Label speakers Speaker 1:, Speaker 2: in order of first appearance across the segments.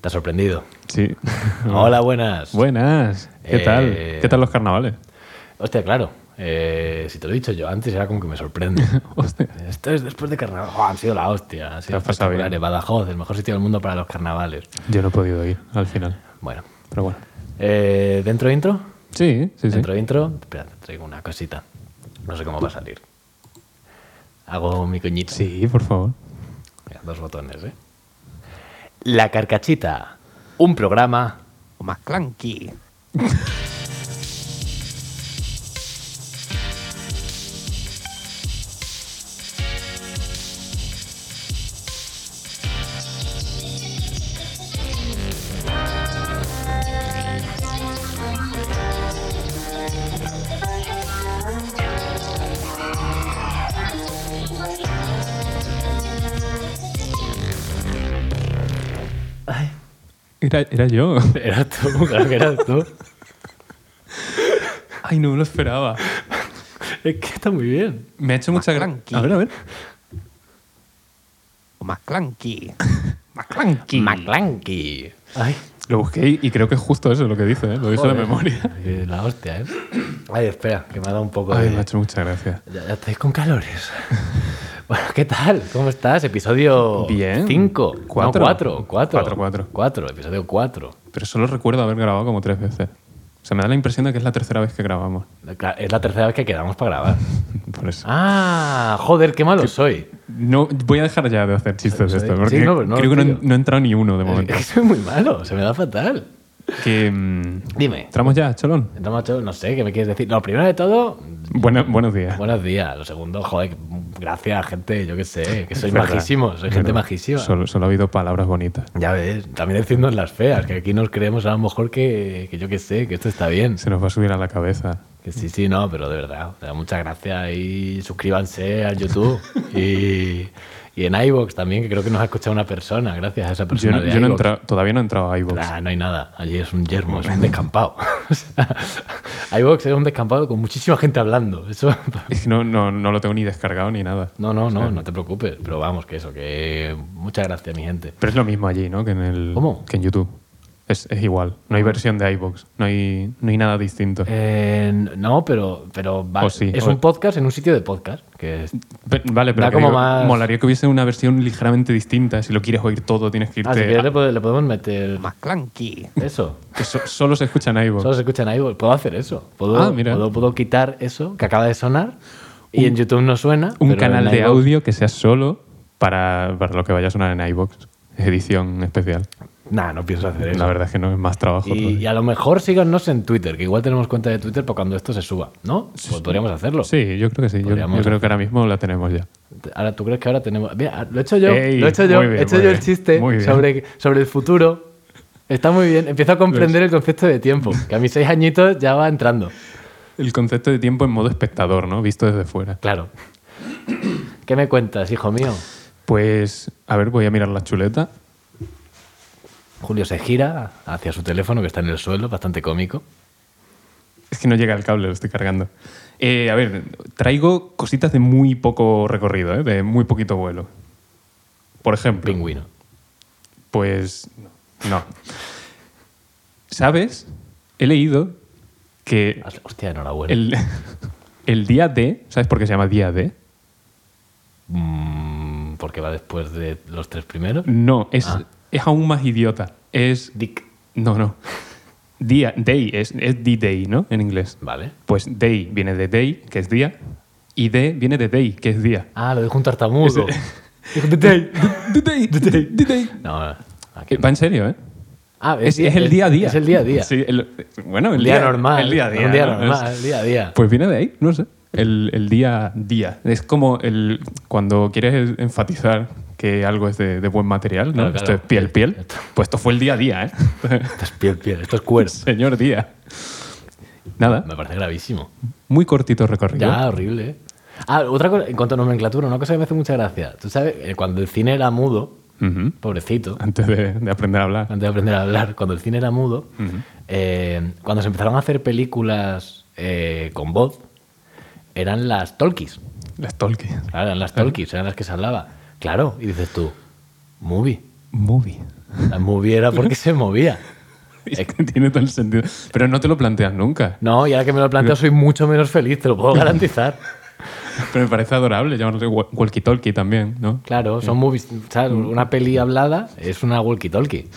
Speaker 1: ¿Te ha sorprendido?
Speaker 2: Sí. Ah.
Speaker 1: Hola, buenas.
Speaker 2: Buenas. ¿Qué
Speaker 1: Eh,
Speaker 2: tal? ¿Qué tal los carnavales?
Speaker 1: Hostia, claro. eh, si te lo he dicho yo antes, era como que me sorprende.
Speaker 2: Hostia.
Speaker 1: Esto es después de carnaval. ¡Buah! han sido la hostia. Han sido
Speaker 2: has pasado bien.
Speaker 1: espectaculares. Badajoz, el mejor sitio del mundo para los carnavales.
Speaker 2: Yo no he podido ir al final,
Speaker 1: Bueno.
Speaker 2: pero bueno.
Speaker 1: Eh, ¿Dentro intro?
Speaker 2: Sí, sí, sí.
Speaker 1: Dentro intro. Espera, te traigo una cosita. No sé cómo va a salir. Hago mi coñito.
Speaker 2: Sí, por favor.
Speaker 1: Mira, dos botones, ¿eh? La Carcachita. Un programa.
Speaker 3: más clunky.
Speaker 2: Era, era yo.
Speaker 1: Eras tú, claro que eras tú.
Speaker 2: Ay, no me lo esperaba.
Speaker 1: Es que está muy bien.
Speaker 2: Me ha hecho mucha gran.
Speaker 3: Macranqui.
Speaker 2: A ver, a ver.
Speaker 3: O más clunky. más clunky.
Speaker 1: McClanky. Ay,
Speaker 2: Lo busqué y, y creo que es justo eso lo que dice, ¿eh? Lo dice de
Speaker 1: joder.
Speaker 2: memoria.
Speaker 1: Eh, La hostia, ¿eh? Ay, espera, que me ha dado un poco
Speaker 2: Ay,
Speaker 1: de...
Speaker 2: me ha hecho mucha gracia.
Speaker 1: Ya, ya estáis con calores. bueno, ¿qué tal? ¿Cómo estás? Episodio
Speaker 2: Bien.
Speaker 1: 5.
Speaker 2: Cuatro.
Speaker 1: 4. 4.
Speaker 2: Cuatro, cuatro.
Speaker 1: episodio 4.
Speaker 2: Pero solo recuerdo haber grabado como tres veces. O sea, me da la impresión de que es la tercera vez que grabamos.
Speaker 1: Es la tercera vez que quedamos para grabar.
Speaker 2: Por eso.
Speaker 1: Ah, joder, qué malo soy.
Speaker 2: No, voy a dejar ya de hacer chistes de
Speaker 1: Sí,
Speaker 2: esto,
Speaker 1: sí,
Speaker 2: porque
Speaker 1: no, pero no,
Speaker 2: creo que no,
Speaker 1: tío.
Speaker 2: he- no he entrado ni uno de
Speaker 1: Es
Speaker 2: momento.
Speaker 1: que soy muy malo, se me da fatal.
Speaker 2: que, mm,
Speaker 1: Dime.
Speaker 2: ¿Entramos ya, Cholón?
Speaker 1: No, macho, no sé, ¿qué me quieres decir? Lo primero de todo,
Speaker 2: Buena- buenos días.
Speaker 1: buenos días. Lo segundo, joder, mm, gracias, gente, yo qué sé, que sois
Speaker 2: Es verdad.
Speaker 1: majísimos, soy gente
Speaker 2: Bueno,
Speaker 1: majísima.
Speaker 2: Solo, solo ha habido palabras bonitas.
Speaker 1: Ya ves, también decirnos las feas, que aquí nos creemos a lo mejor que, que yo qué sé, que esto está bien.
Speaker 2: Se nos va a subir a la cabeza.
Speaker 1: Que sí, sí, no, pero de verdad, o sea, muchas gracias y suscríbanse al YouTube y, y en iVoox también, que creo que nos ha escuchado una persona, gracias a esa
Speaker 2: Yo,
Speaker 1: persona
Speaker 2: no-
Speaker 1: de
Speaker 2: yo no he
Speaker 1: iVoox.
Speaker 2: entrado- todavía no he entrado a iVoox.
Speaker 1: Nah, no hay nada, allí es un yermo, es un descampado. O sea, iVoox es un descampado con muchísima gente hablando, eso...
Speaker 2: Es que no, no, no lo tengo ni descargado ni nada.
Speaker 1: No, no, no, no te preocupes, pero vamos, que eso, que muchas gracias, mi gente.
Speaker 2: Pero es lo mismo allí, ¿no? Que en, el,
Speaker 1: ¿Cómo? Ah.
Speaker 2: Que en YouTube. Es, es igual. No hay versión de iVoox. No hay, no hay nada distinto.
Speaker 1: Eh, no, pero, pero va-
Speaker 2: O sí,
Speaker 1: es
Speaker 2: o-
Speaker 1: un podcast en un sitio de podcast. Que es-
Speaker 2: Pe- vale, pero
Speaker 1: da
Speaker 2: que
Speaker 1: como
Speaker 2: digo,
Speaker 1: más-
Speaker 2: molaría que hubiese una versión ligeramente distinta. Si lo quieres oír todo, tienes que irte...
Speaker 1: Ah, si quieres
Speaker 2: a-
Speaker 1: le, pode- le podemos meter
Speaker 3: Más clunky.
Speaker 1: eso.
Speaker 2: que so- solo se escucha en iVoox.
Speaker 1: Solo se escucha en iVoox. Puedo hacer eso. Puedo,
Speaker 2: Ah, mira.
Speaker 1: Puedo, puedo quitar eso que acaba de sonar y en YouTube no suena.
Speaker 2: Un
Speaker 1: pero
Speaker 2: canal
Speaker 1: en
Speaker 2: de
Speaker 1: iVoox-
Speaker 2: audio que sea solo para, para lo que vaya a sonar en iVoox. Edición especial.
Speaker 1: Nah, no pienso hacer eso.
Speaker 2: La verdad es que no es más trabajo.
Speaker 1: Y,
Speaker 2: todavía.
Speaker 1: y a lo mejor síganos en Twitter, que igual tenemos cuenta de Twitter para cuando esto se suba, ¿no? Pues podríamos hacerlo.
Speaker 2: Sí, yo creo que sí. Yo,
Speaker 1: Podríamos
Speaker 2: yo creo que ahora mismo la tenemos ya.
Speaker 1: Ahora, ¿tú crees que ahora tenemos.? Mira, lo he hecho yo.
Speaker 2: Ey,
Speaker 1: lo he hecho yo.
Speaker 2: muy bien,
Speaker 1: he hecho
Speaker 2: muy
Speaker 1: yo el
Speaker 2: bien,
Speaker 1: chiste
Speaker 2: muy bien.
Speaker 1: sobre, sobre el futuro. Está muy bien. Empiezo a comprender
Speaker 2: Pues
Speaker 1: el concepto de tiempo. Que a mis seis añitos ya va entrando.
Speaker 2: El concepto de tiempo en modo espectador, ¿no? Visto desde fuera.
Speaker 1: Claro. ¿Qué me cuentas, hijo mío?
Speaker 2: Pues, a ver, voy a mirar la chuleta.
Speaker 1: Julio se gira hacia su teléfono que está en el suelo, bastante cómico.
Speaker 2: Es que no llega el cable, lo estoy cargando. Eh, a ver, traigo cositas de muy poco recorrido, ¿eh? de muy poquito vuelo. Por ejemplo,
Speaker 1: Pingüino.
Speaker 2: pues no. ¿Sabes? He leído que
Speaker 1: Hostia, enhorabuena.
Speaker 2: el, el día D, ¿sabes por qué se llama día D?
Speaker 1: Mm, porque va después de los tres primeros.
Speaker 2: No, es,
Speaker 1: Ah.
Speaker 2: es aún más idiota. Es.
Speaker 1: Dick.
Speaker 2: No, no. Día, day, es, es D-Day, ¿no? En inglés.
Speaker 1: Vale.
Speaker 2: Pues day viene de day, que es día, y D viene de day, que es día.
Speaker 1: Ah, lo dijo un tartamudo. Dijo, "Day". No, no, aquí
Speaker 2: Eh,
Speaker 1: no.
Speaker 2: Va en serio, ¿eh?
Speaker 1: Ah,
Speaker 2: Es, es el día a día.
Speaker 1: Es el día a día.
Speaker 2: Sí, el- bueno, el
Speaker 1: El día, normal.
Speaker 2: El día a día.
Speaker 1: Un día
Speaker 2: ¿no?
Speaker 1: normal,
Speaker 2: Es-
Speaker 1: el día a día.
Speaker 2: Pues viene de ahí, no sé. El, el día a día. Es como el, cuando quieres enfatizar que algo es de, de buen material, ¿no?
Speaker 1: Claro, claro.
Speaker 2: Esto es piel, piel.
Speaker 1: Esto-
Speaker 2: Pues esto fue el día a día, ¿eh?
Speaker 1: Esto es piel, piel, esto es cuero.
Speaker 2: Señor día. Nada,
Speaker 1: Me parece gravísimo.
Speaker 2: muy cortito recorrido.
Speaker 1: Ya, horrible. ¿eh? Ah, otra cosa, en cuanto a nomenclatura, una cosa que me hace mucha gracia. Tú sabes, eh, cuando el cine era mudo,
Speaker 2: Ujú.
Speaker 1: pobrecito,
Speaker 2: Antes de, de aprender a hablar.
Speaker 1: antes de aprender a hablar, cuando el cine era mudo, eh, cuando se empezaron a hacer películas eh, con voz, eran las talkies.
Speaker 2: Las Tolkien.
Speaker 1: Claro, eran las talkies, eran las que se hablaba. Claro, y dices tú, movie.
Speaker 2: Movie.
Speaker 1: La moviera porque se movía.
Speaker 2: Es que tiene todo el sentido. Pero no te lo planteas nunca.
Speaker 1: No, y ahora que me lo planteo soy mucho menos feliz, te lo puedo garantizar.
Speaker 2: Pero me parece adorable llamarse wa- walkie-talkie también, ¿no?
Speaker 1: Claro, son movies. ¿sabes? Una peli hablada es una walkie-talkie.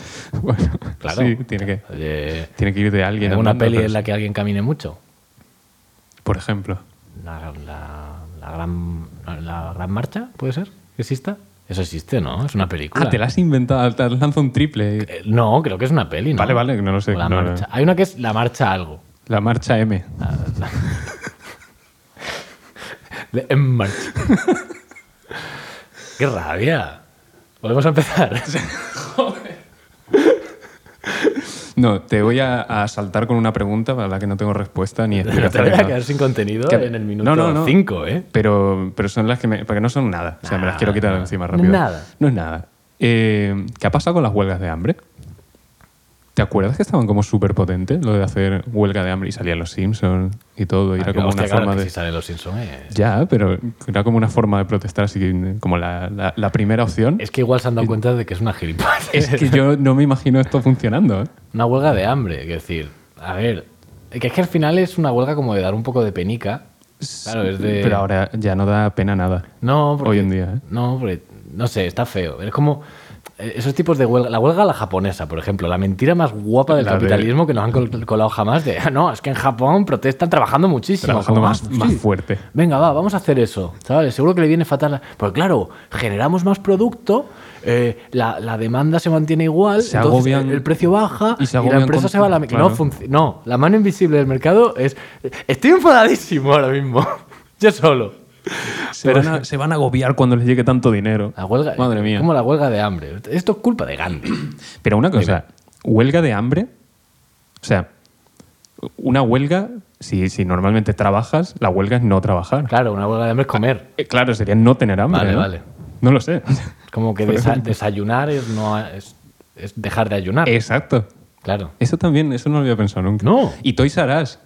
Speaker 2: Bueno,
Speaker 1: Claro.
Speaker 2: sí, tiene que,
Speaker 1: Eh,
Speaker 2: tiene que ir de alguien.
Speaker 1: una
Speaker 2: andando,
Speaker 1: peli
Speaker 2: pero
Speaker 1: en la
Speaker 2: sí.
Speaker 1: que alguien camine mucho.
Speaker 2: Por ejemplo.
Speaker 1: La, la- la gran, la gran marcha, ¿puede ser? ¿Que exista? Eso existe, ¿no? Es una película.
Speaker 2: Ah, te la has inventado, te lanza un triple.
Speaker 1: Eh, No, creo que es una peli, ¿no?
Speaker 2: Vale, vale, no lo sé,
Speaker 1: O La
Speaker 2: no, no.
Speaker 1: marcha. Hay una que es La Marcha Algo.
Speaker 2: La marcha M.
Speaker 1: De En Marcha. ¡Qué rabia! Volvemos a empezar.
Speaker 2: No, te voy a, a saltar con una pregunta para la que no tengo respuesta ni
Speaker 1: Pero te voy a
Speaker 2: explicación. ni
Speaker 1: quedar
Speaker 2: nada.
Speaker 1: sin contenido
Speaker 2: Que-
Speaker 1: en el
Speaker 2: no,
Speaker 1: minuto 5,
Speaker 2: no, no.
Speaker 1: ¿eh?
Speaker 2: Pero, pero son las que me. Porque no son nada. O sea, me las
Speaker 1: Nada,
Speaker 2: quiero quitar de
Speaker 1: nada.
Speaker 2: encima
Speaker 1: Ah, No
Speaker 2: rápido.
Speaker 1: es nada.
Speaker 2: No es nada. Eh, ¿Qué ha pasado con las huelgas de hambre? ¿Te acuerdas que estaban como súper potentes lo de hacer huelga de hambre y salían los Simpsons y todo? Y
Speaker 1: Ah,
Speaker 2: era
Speaker 1: que-
Speaker 2: como
Speaker 1: hostia,
Speaker 2: una
Speaker 1: claro,
Speaker 2: forma
Speaker 1: que Si
Speaker 2: de.
Speaker 1: sale los Simpsons, eh.
Speaker 2: Ya, pero era como una forma de protestar, así que, como la, la- la primera opción.
Speaker 1: Es que igual se han dado cuenta de que es una gilipollas.
Speaker 2: Es que yo no me imagino esto funcionando. ¿eh?
Speaker 1: Una huelga de hambre, es decir, a ver, que es que al final es una huelga como de dar un poco de penica. Claro, es de...
Speaker 2: Pero ahora ya no da pena nada.
Speaker 1: no, porque-
Speaker 2: hoy en día, ¿eh?
Speaker 1: No, porque, no sé, está feo. Es como eh, esos tipos de huelga, la huelga a la japonesa, por ejemplo, la mentira más guapa del
Speaker 2: La de-
Speaker 1: capitalismo que nos han col- colado jamás de, "Ah, no, es que en Japón protestan trabajando muchísimo.
Speaker 2: Trabajando
Speaker 1: como,
Speaker 2: más,
Speaker 1: "Ah,
Speaker 2: más
Speaker 1: sí".
Speaker 2: fuerte.
Speaker 1: Venga, va, vamos a hacer eso. ¿sabes? Seguro que le viene fatal. Porque claro, generamos más producto, eh, la, la demanda se mantiene igual,
Speaker 2: Se
Speaker 1: entonces
Speaker 2: agobian-
Speaker 1: el, el precio baja
Speaker 2: y
Speaker 1: y,
Speaker 2: se
Speaker 1: la
Speaker 2: agobian
Speaker 1: empresa
Speaker 2: con-
Speaker 1: se va a la... mi-
Speaker 2: claro.
Speaker 1: No, func- no, la mano invisible del mercado es... Estoy enfadadísimo ahora mismo. Yo solo.
Speaker 2: Se, van a, se van a agobiar cuando les llegue tanto dinero.
Speaker 1: La huelga...
Speaker 2: Madre mía.
Speaker 1: Como la huelga de hambre. Esto es culpa de Gandhi.
Speaker 2: Pero una cosa, huelga de hambre. O sea, una huelga, si, si normalmente trabajas, la huelga es no trabajar. Eh, Claro,
Speaker 1: Claro, una huelga de hambre es comer.
Speaker 2: sería no tener hambre.
Speaker 1: Vale,
Speaker 2: ¿no?
Speaker 1: vale.
Speaker 2: No lo sé.
Speaker 1: Como que desa- desayunar es, no, es, es dejar de ayunar.
Speaker 2: Eh. Exacto.
Speaker 1: Claro.
Speaker 2: Eso también, eso no lo había pensado nunca.
Speaker 1: No.
Speaker 2: Y Toys R Us.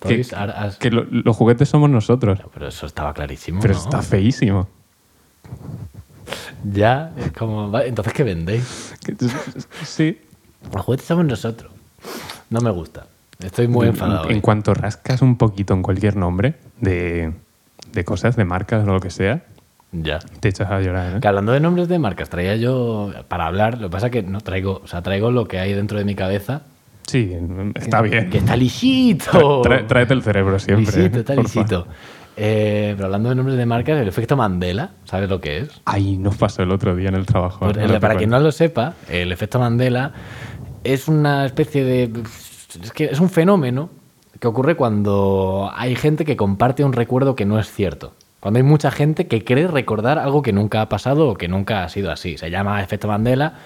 Speaker 2: que-
Speaker 1: Toys R Us.
Speaker 2: Que lo- los juguetes somos nosotros.
Speaker 1: Pero eso estaba clarísimo.
Speaker 2: Pero
Speaker 1: ¿no?
Speaker 2: está feísimo.
Speaker 1: Ya, es como... "Vale, Entonces, ¿qué vendéis?
Speaker 2: Que- Sí.
Speaker 1: Los juguetes somos nosotros. No me gusta. Estoy muy enfadado. eh.
Speaker 2: En
Speaker 1: hoy.
Speaker 2: cuanto rascas un poquito en cualquier nombre de, de cosas, de marcas o lo que sea,
Speaker 1: Ya.
Speaker 2: te echas a llorar. ¿eh?
Speaker 1: Que hablando de nombres de marcas, traía yo para hablar. Lo que pasa que no traigo, o sea, traigo lo que hay dentro de mi cabeza.
Speaker 2: Sí, está bien.
Speaker 1: Que está lisito.
Speaker 2: Tra- tra- tráete el cerebro siempre. ¿eh?
Speaker 1: lisito, está
Speaker 2: porfa.
Speaker 1: lisito. Eh, pero hablando de nombres de marcas, el efecto Mandela, ¿sabes lo que es?
Speaker 2: Ay, nos pasó el otro día en el trabajo.
Speaker 1: Pues,
Speaker 2: ahora
Speaker 1: el-
Speaker 2: te
Speaker 1: para quien
Speaker 2: cuento.
Speaker 1: no lo sepa, el efecto Mandela es una especie de. Es, que es un fenómeno que ocurre cuando hay gente que comparte un recuerdo que no es cierto. Cuando hay mucha gente que cree recordar algo que nunca ha pasado o que nunca ha sido así. Se llama efecto Mandela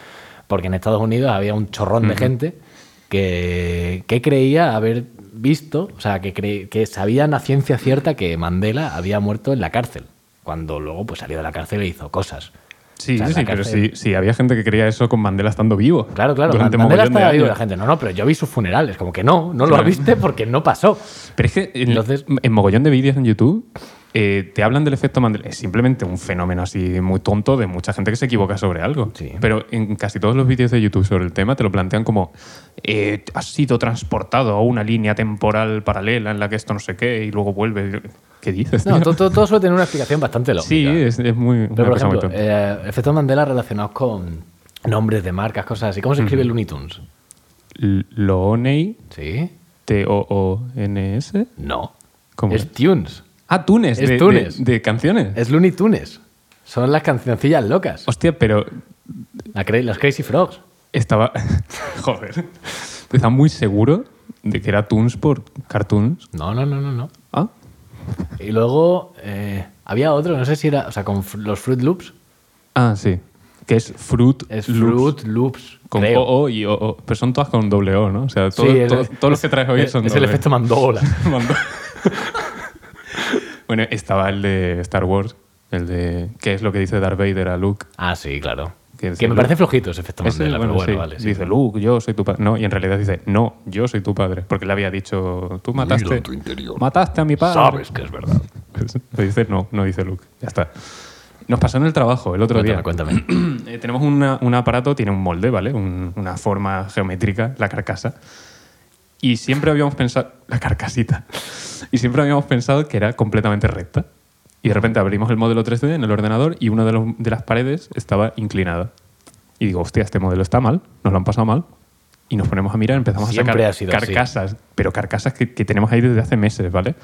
Speaker 1: porque en Estados Unidos había un chorrón de gente que, que creía haber visto, o sea, que, cre- que sabían a ciencia cierta que Mandela había muerto en la cárcel. Cuando luego pues, salió de la cárcel e hizo cosas.
Speaker 2: Sí,
Speaker 1: O sea, en
Speaker 2: sí,
Speaker 1: la
Speaker 2: pero
Speaker 1: cárcel.
Speaker 2: sí, sí, había gente que creía eso con Mandela estando vivo.
Speaker 1: Claro, claro.
Speaker 2: durante
Speaker 1: Mandela
Speaker 2: mogollón de
Speaker 1: estaba vivo la
Speaker 2: años.
Speaker 1: gente. No, no, pero yo vi sus funerales. Como que no, no lo
Speaker 2: Claro.
Speaker 1: viste porque no pasó.
Speaker 2: Pero es que en,
Speaker 1: Entonces-
Speaker 2: en mogollón de vídeos en YouTube eh, te hablan del efecto Mandela. Es simplemente un fenómeno así muy tonto de mucha gente que se equivoca sobre algo.
Speaker 1: Sí.
Speaker 2: Pero en casi todos los vídeos de YouTube sobre el tema te lo plantean como eh, has sido transportado a una línea temporal paralela en la que esto no sé qué y luego vuelve. ¿Qué dices?
Speaker 1: No,
Speaker 2: tío?
Speaker 1: todo, todo- todo suele tener una explicación bastante lógica.
Speaker 2: sí, es, es muy. una
Speaker 1: Pero, por
Speaker 2: cosa muy
Speaker 1: ejemplo,
Speaker 2: tonta.
Speaker 1: eh, efectos Mandela relacionados con nombres de marcas, cosas así. ¿Cómo se escribe Looney Tunes?
Speaker 2: L- Looney
Speaker 1: ¿Sí?
Speaker 2: T-O-O-N-S.
Speaker 1: No.
Speaker 2: ¿Cómo
Speaker 1: es
Speaker 2: es?
Speaker 1: Tunes.
Speaker 2: Ah, Tunes.
Speaker 1: Es
Speaker 2: de,
Speaker 1: Tunes.
Speaker 2: De, de canciones.
Speaker 1: Es Looney Tunes. Son las cancioncillas locas.
Speaker 2: Hostia, pero
Speaker 1: La cra- las Crazy Frogs.
Speaker 2: estaba. Joder. Estaba muy seguro de que era Tunes por Cartoons.
Speaker 1: No, no, no, no, no.
Speaker 2: Ah,
Speaker 1: Y luego eh, había otro, no sé si era, o sea, con fr- los Fruit Loops.
Speaker 2: ah sí. Que es Fruit.
Speaker 1: Es
Speaker 2: Loops,
Speaker 1: Fruit Loops.
Speaker 2: Con
Speaker 1: creo.
Speaker 2: O-O y O-O. Pero son todas con doble O, ¿no? O sea, todo-
Speaker 1: Sí, es-
Speaker 2: todo- todos los que traes hoy
Speaker 1: es-
Speaker 2: son.
Speaker 1: Es el
Speaker 2: doble.
Speaker 1: efecto Mandola.
Speaker 2: Mandó- bueno, estaba el de Star Wars. El de. ¿Qué es lo que dice Darth Vader a Luke?
Speaker 1: Ah, sí, claro. Que,
Speaker 2: Que es
Speaker 1: me
Speaker 2: el-
Speaker 1: parece flojito ese efecto
Speaker 2: Ese,
Speaker 1: Mandela, Este pero bueno,
Speaker 2: sí.
Speaker 1: vale. sí.
Speaker 2: dice, Luke, yo soy tu padre. No, y en realidad dice, no, yo soy tu padre. Porque le había dicho, tú mataste, mataste a mi padre.
Speaker 1: Sabes que es verdad.
Speaker 2: Pues, Lo dice, no, no dice Luke. Ya está. Nos pasó en el trabajo el otro
Speaker 1: Cuéntame,
Speaker 2: día.
Speaker 1: cuéntame.
Speaker 2: Eh, tenemos una- un aparato, tiene un molde, ¿vale? Un- una forma geométrica, la carcasa. Y siempre habíamos pensado. La carcasita. Y siempre habíamos pensado que era completamente recta. Y de repente abrimos el modelo 3D en el ordenador y una de, los- de las paredes estaba inclinada. Y digo, hostia, este modelo está mal, nos lo han pasado mal. Y nos ponemos a mirar, empezamos
Speaker 1: Siempre
Speaker 2: a
Speaker 1: ha
Speaker 2: sacar
Speaker 1: sido así.
Speaker 2: carcasas, pero carcasas que, que tenemos ahí desde hace meses, ¿vale?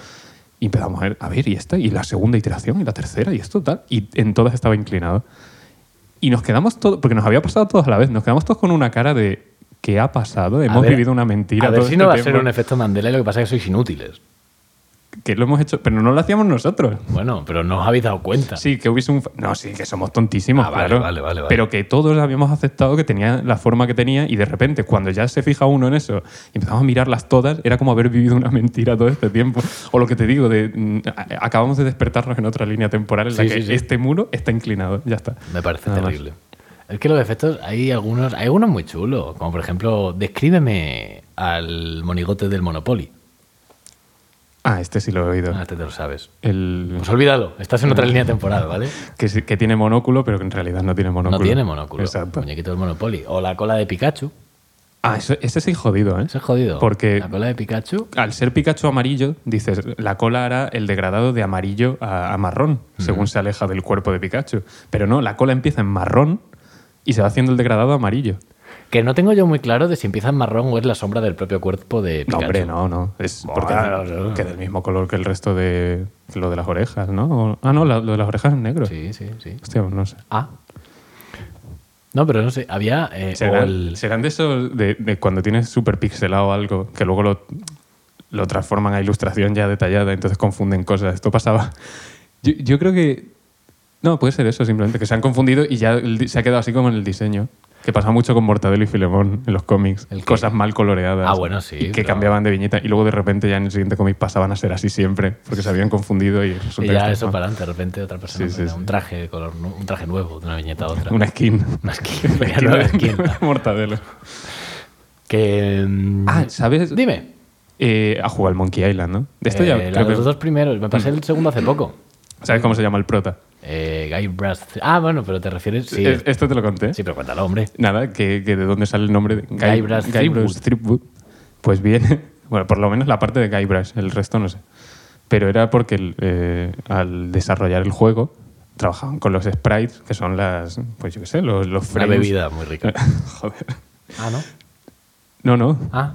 Speaker 2: Y empezamos a ver, a ver, y esta, y la segunda iteración, y la tercera, y esto, tal. Y en todas estaba inclinado. Y nos quedamos todos, porque nos había pasado todos a la vez, nos quedamos todos con una cara de ¿qué ha pasado? Hemos
Speaker 1: A ver-
Speaker 2: vivido una mentira.
Speaker 1: A ver
Speaker 2: todo
Speaker 1: si
Speaker 2: este
Speaker 1: no va a
Speaker 2: tiempo".
Speaker 1: ser un efecto Mandela y lo que pasa es que sois inútiles.
Speaker 2: Que lo hemos hecho, pero no lo hacíamos nosotros.
Speaker 1: Bueno, pero no os habéis dado cuenta.
Speaker 2: Sí, que hubiese un. fa- No, sí, que somos tontísimos,
Speaker 1: Ah, vale,
Speaker 2: claro.
Speaker 1: vale, vale, vale.
Speaker 2: Pero que todos habíamos aceptado que tenía la forma que tenía y de repente, cuando ya se fija uno en eso y empezamos a mirarlas todas, era como haber vivido una mentira todo este tiempo. O lo que te digo, de, mm, a- acabamos de despertarnos en otra línea temporal en la
Speaker 1: Sí,
Speaker 2: que
Speaker 1: sí, sí.
Speaker 2: este muro está inclinado. Ya está.
Speaker 1: Me parece
Speaker 2: Nada más.
Speaker 1: terrible. Es que los efectos, hay algunos, hay algunos muy chulos. Como por ejemplo, descríbeme al monigote del Monopoly.
Speaker 2: Ah, este sí lo he oído.
Speaker 1: Ah, este te lo sabes.
Speaker 2: El.
Speaker 1: Pues olvídalo, estás en otra línea temporal, ¿vale?
Speaker 2: Que, sí- que tiene monóculo, pero que en realidad no tiene monóculo.
Speaker 1: No tiene monóculo.
Speaker 2: Exacto.
Speaker 1: Muñequito del Monopoly. O la cola de Pikachu.
Speaker 2: Ah, eso- ese sí jodido, ¿eh?
Speaker 1: Eso es jodido.
Speaker 2: Porque-
Speaker 1: La cola de Pikachu.
Speaker 2: Al ser Pikachu amarillo, dices, la cola hará el degradado de amarillo a, a marrón, según se aleja del cuerpo de Pikachu. Pero no, la cola empieza en marrón y se va haciendo el degradado a amarillo.
Speaker 1: Que no tengo yo muy claro de si empieza en marrón o es la sombra del propio cuerpo de Pikachu.
Speaker 2: No, hombre, no, no. Es
Speaker 1: Bueno,
Speaker 2: porque
Speaker 1: no.
Speaker 2: que del mismo color que el resto de lo de las orejas, ¿no? O- ah, no, la- lo de las orejas es negro.
Speaker 1: Sí, sí, sí.
Speaker 2: Hostia, no sé.
Speaker 1: Ah. No, pero no sé. Había. eh, o
Speaker 2: ¿Serán,
Speaker 1: el-
Speaker 2: serán de eso de, de cuando tienes súper pixelado algo que luego lo, lo transforman a ilustración ya detallada, entonces confunden cosas? Esto pasaba. Yo, yo creo que. No, puede ser eso, simplemente que se han confundido y ya el di- se ha quedado así como en el diseño. Que pasa mucho con Mortadelo y Filemón en los cómics.
Speaker 1: ¿El qué?
Speaker 2: Cosas mal coloreadas.
Speaker 1: Ah, bueno, sí,
Speaker 2: y que
Speaker 1: claro.
Speaker 2: cambiaban de viñeta y luego de repente ya en el siguiente cómic pasaban a ser así siempre porque se habían confundido y resulta
Speaker 1: Y
Speaker 2: que
Speaker 1: ya
Speaker 2: esto
Speaker 1: eso
Speaker 2: es
Speaker 1: para adelante, de repente otra persona
Speaker 2: Sí, sí,
Speaker 1: con
Speaker 2: sí.
Speaker 1: un traje de color, nu- un traje nuevo, de una viñeta a otra.
Speaker 2: Una skin.
Speaker 1: Una skin,
Speaker 2: Una
Speaker 1: ya no era
Speaker 2: skin de-
Speaker 1: skin.
Speaker 2: Mortadelo.
Speaker 1: Que. mm,
Speaker 2: Ah, ¿sabes?
Speaker 1: dime.
Speaker 2: Eh, a jugar al Monkey Island, ¿no? De esto ya
Speaker 1: Eh, la-
Speaker 2: creo que- Mm.
Speaker 1: los dos primeros, me pasé el segundo hace poco.
Speaker 2: ¿Sabes cómo se llama el prota?
Speaker 1: Eh, Guy Brass. Ah, bueno, pero te refieres. Sí,
Speaker 2: Es- Esto te lo conté.
Speaker 1: sí pero cuéntalo, hombre.
Speaker 2: Nada, que, que de dónde sale el nombre de
Speaker 1: Guybrush Threepwood.
Speaker 2: Threepwood. Pues bien, bueno, por lo menos la parte de Guybrush, el resto no sé. Pero era porque el, eh, al desarrollar el juego trabajaban con los sprites, que son las, pues yo qué sé, los, los
Speaker 1: Una
Speaker 2: frames.
Speaker 1: bebida muy rica.
Speaker 2: Joder.
Speaker 1: Ah, ¿no?
Speaker 2: No, no,
Speaker 1: Ah,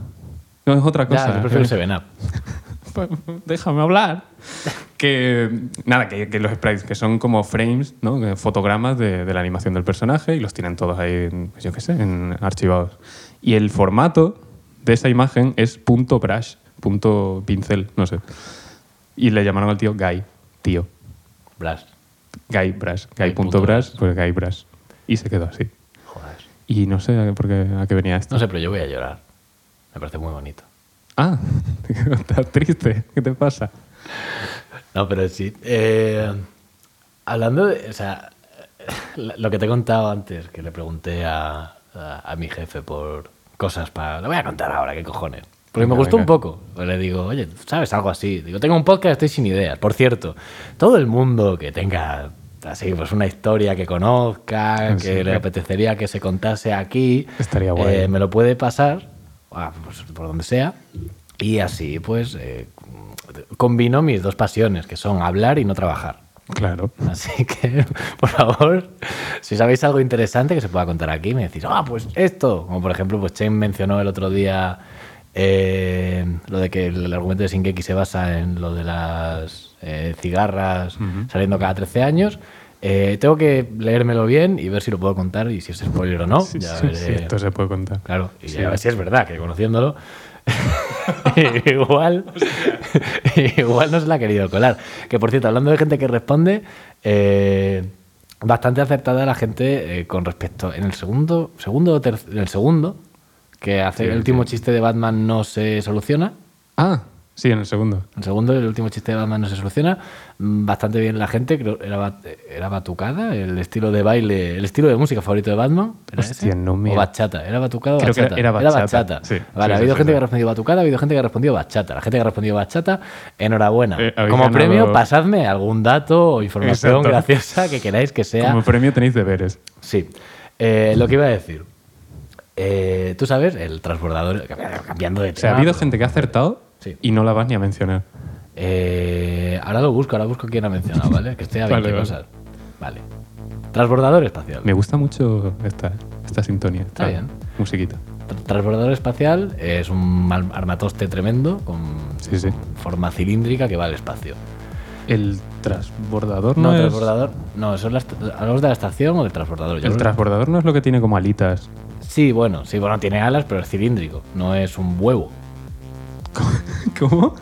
Speaker 2: no es otra cosa.
Speaker 1: ya, yo prefiero el Seven Up.
Speaker 2: Pues, déjame hablar. Que nada, que, que los sprites que son como frames, ¿no? Que fotogramas de, de la animación del personaje y los tienen todos ahí, en, pues yo qué sé, en archivados. Y el formato de esa imagen es punto brush, punto pincel, no sé. Y le llamaron al tío Guy, tío.
Speaker 1: Brass.
Speaker 2: Guy Brush,
Speaker 1: Guy
Speaker 2: Guy
Speaker 1: punto
Speaker 2: punto brush, pues Guy Brush. Y se quedó así.
Speaker 1: Joder.
Speaker 2: Y no sé a, por qué, a qué venía esto.
Speaker 1: No sé, pero yo voy a llorar. Me parece muy bonito.
Speaker 2: Ah, estás triste, ¿qué te pasa?
Speaker 1: No, pero sí. eh, hablando de. O sea, la- lo que te he contado antes, que le pregunté a, a- a mi jefe por cosas para. Lo voy a contar ahora, qué cojones. Porque me
Speaker 2: Venga,
Speaker 1: gustó un
Speaker 2: venga.
Speaker 1: poco. Pues le digo, oye, ¿sabes algo así? Digo, tengo un podcast, estoy sin ideas. Por cierto, todo el mundo que tenga así, pues una historia que conozca,
Speaker 2: Ah,
Speaker 1: que
Speaker 2: sí,
Speaker 1: le
Speaker 2: claro.
Speaker 1: apetecería que se contase aquí,
Speaker 2: Estaría guay.
Speaker 1: eh, me lo puede pasar ah, pues, por donde sea. Y así, pues, eh, combino mis dos pasiones, que son hablar y no trabajar.
Speaker 2: Claro.
Speaker 1: Así que, por favor, si sabéis algo interesante que se pueda contar aquí, me decís, ah, pues esto. Como por ejemplo, pues Chen mencionó el otro día eh, lo de que el argumento de Shingeki se basa en lo de las eh, cigarras saliendo cada 13 años. Eh, tengo que leérmelo bien y ver si lo puedo contar y si es spoiler o no.
Speaker 2: Sí,
Speaker 1: ya
Speaker 2: sí,
Speaker 1: veré.
Speaker 2: sí, esto se puede contar.
Speaker 1: Claro, y
Speaker 2: Sí.
Speaker 1: ya a ver si es verdad que conociéndolo. igual, igual no se la ha querido colar. Que por cierto, hablando de gente que responde, eh, bastante aceptada la gente eh, con respecto. En el segundo, segundo o terc- en el segundo, que hace
Speaker 2: Sí,
Speaker 1: el
Speaker 2: el
Speaker 1: último chiste de Batman no se soluciona.
Speaker 2: Ah, Sí, en el segundo.
Speaker 1: En segundo, el último chiste de Batman no se soluciona. Mm, Bastante bien la gente, creo, era, bat- era batucada, el estilo de baile, el estilo de música favorito de Batman. ¿era ese?
Speaker 2: Hostia, no me-
Speaker 1: O bachata, era batucada o
Speaker 2: Creo que
Speaker 1: bachata.
Speaker 2: era- era bachata, sí. Sí,
Speaker 1: Vale, ha
Speaker 2: sí,
Speaker 1: habido
Speaker 2: sí,
Speaker 1: gente
Speaker 2: sí.
Speaker 1: que ha respondido batucada, ha habido gente que ha respondido bachata. La gente que ha respondido bachata, enhorabuena.
Speaker 2: Eh, habéis
Speaker 1: Como
Speaker 2: ganado-
Speaker 1: premio, pasadme algún dato o información
Speaker 2: Exacto.
Speaker 1: graciosa que queráis que sea.
Speaker 2: Como premio tenéis deberes.
Speaker 1: Sí. Eh, lo que iba a decir. Eh, Tú sabes, el transbordador, cambiando de tema.
Speaker 2: O sea, ha habido
Speaker 1: pero-
Speaker 2: gente que ha acertado
Speaker 1: Ah. Sí.
Speaker 2: y no la vas ni a mencionar.
Speaker 1: Eh, ahora lo busco, ahora busco quién ha mencionado, ¿vale? Que estoy a 20
Speaker 2: Vale, vale.
Speaker 1: cosas. Vale. Transbordador espacial.
Speaker 2: Me gusta mucho esta, esta sintonía. Está
Speaker 1: bien.
Speaker 2: Musiquita.
Speaker 1: Tr- Transbordador espacial es un al- armatoste tremendo con
Speaker 2: Sí, sí.
Speaker 1: forma cilíndrica que va al espacio.
Speaker 2: El transbordador no,
Speaker 1: No,
Speaker 2: es...
Speaker 1: transbordador. No, son las, hablamos de la estación o del transbordador. Yo
Speaker 2: El
Speaker 1: creo-
Speaker 2: transbordador no es lo que tiene como alitas.
Speaker 1: sí, bueno, sí, bueno, tiene alas, pero es cilíndrico, no es un huevo.
Speaker 2: ¿Cómo?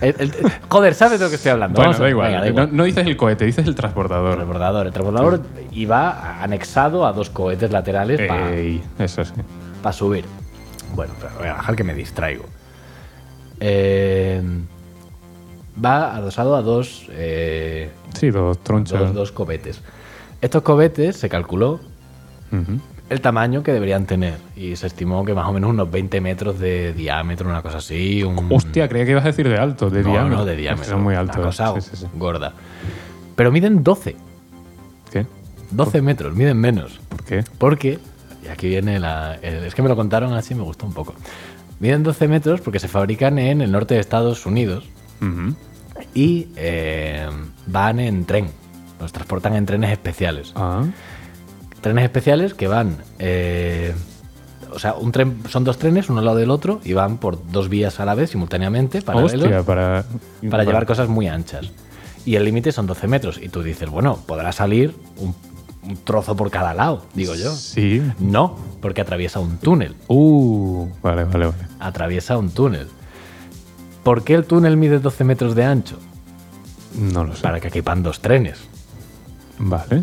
Speaker 1: El- el- joder, ¿sabes de lo que estoy hablando?
Speaker 2: Bueno,
Speaker 1: Vamos a-
Speaker 2: da igual.
Speaker 1: venga, da igual.
Speaker 2: No, no dices el cohete, dices el
Speaker 1: El
Speaker 2: transbordador.
Speaker 1: transbordador. El transbordador iba anexado a dos cohetes laterales
Speaker 2: Eh,
Speaker 1: para
Speaker 2: Ey, eso sí.
Speaker 1: para subir. Bueno, pero voy a bajar que me distraigo. Eh, va adosado a dos, eh,
Speaker 2: Sí, dos tronchos.
Speaker 1: dos, dos cohetes. Estos cohetes se calculó
Speaker 2: Ujú.
Speaker 1: el tamaño que deberían tener y se estimó que más o menos unos 20 metros de diámetro, una cosa así. Un,
Speaker 2: Hostia, creía que ibas a decir de alto, de
Speaker 1: no,
Speaker 2: diámetro.
Speaker 1: no, de diámetro.
Speaker 2: Son muy
Speaker 1: una
Speaker 2: alto.
Speaker 1: cosa
Speaker 2: Sí, sí, sí.
Speaker 1: gorda. Pero miden 12,
Speaker 2: ¿Qué?
Speaker 1: 12 metros, miden menos.
Speaker 2: ¿Por qué?
Speaker 1: Porque, y aquí viene la. el- es que me lo contaron así, me gustó un poco. Miden 12 metros porque se fabrican en el norte de Estados Unidos
Speaker 2: Ujú.
Speaker 1: y eh, van en tren. Los transportan en trenes especiales.
Speaker 2: Ah,
Speaker 1: Trenes especiales que van. eh, o sea, un tren, son dos trenes, uno al lado del otro, y van por dos vías a la vez simultáneamente, paralelos,
Speaker 2: hostia, para,
Speaker 1: para llevar cosas muy anchas. Y el límite son 12 metros. Y tú dices, bueno, podrá salir un, un trozo por cada lado, digo yo.
Speaker 2: Sí.
Speaker 1: No, porque atraviesa un túnel.
Speaker 2: Uh, vale, vale, vale.
Speaker 1: Atraviesa un túnel. ¿Por qué el túnel mide 12 metros de ancho?
Speaker 2: No lo sé.
Speaker 1: Para que quepan dos trenes.
Speaker 2: Vale.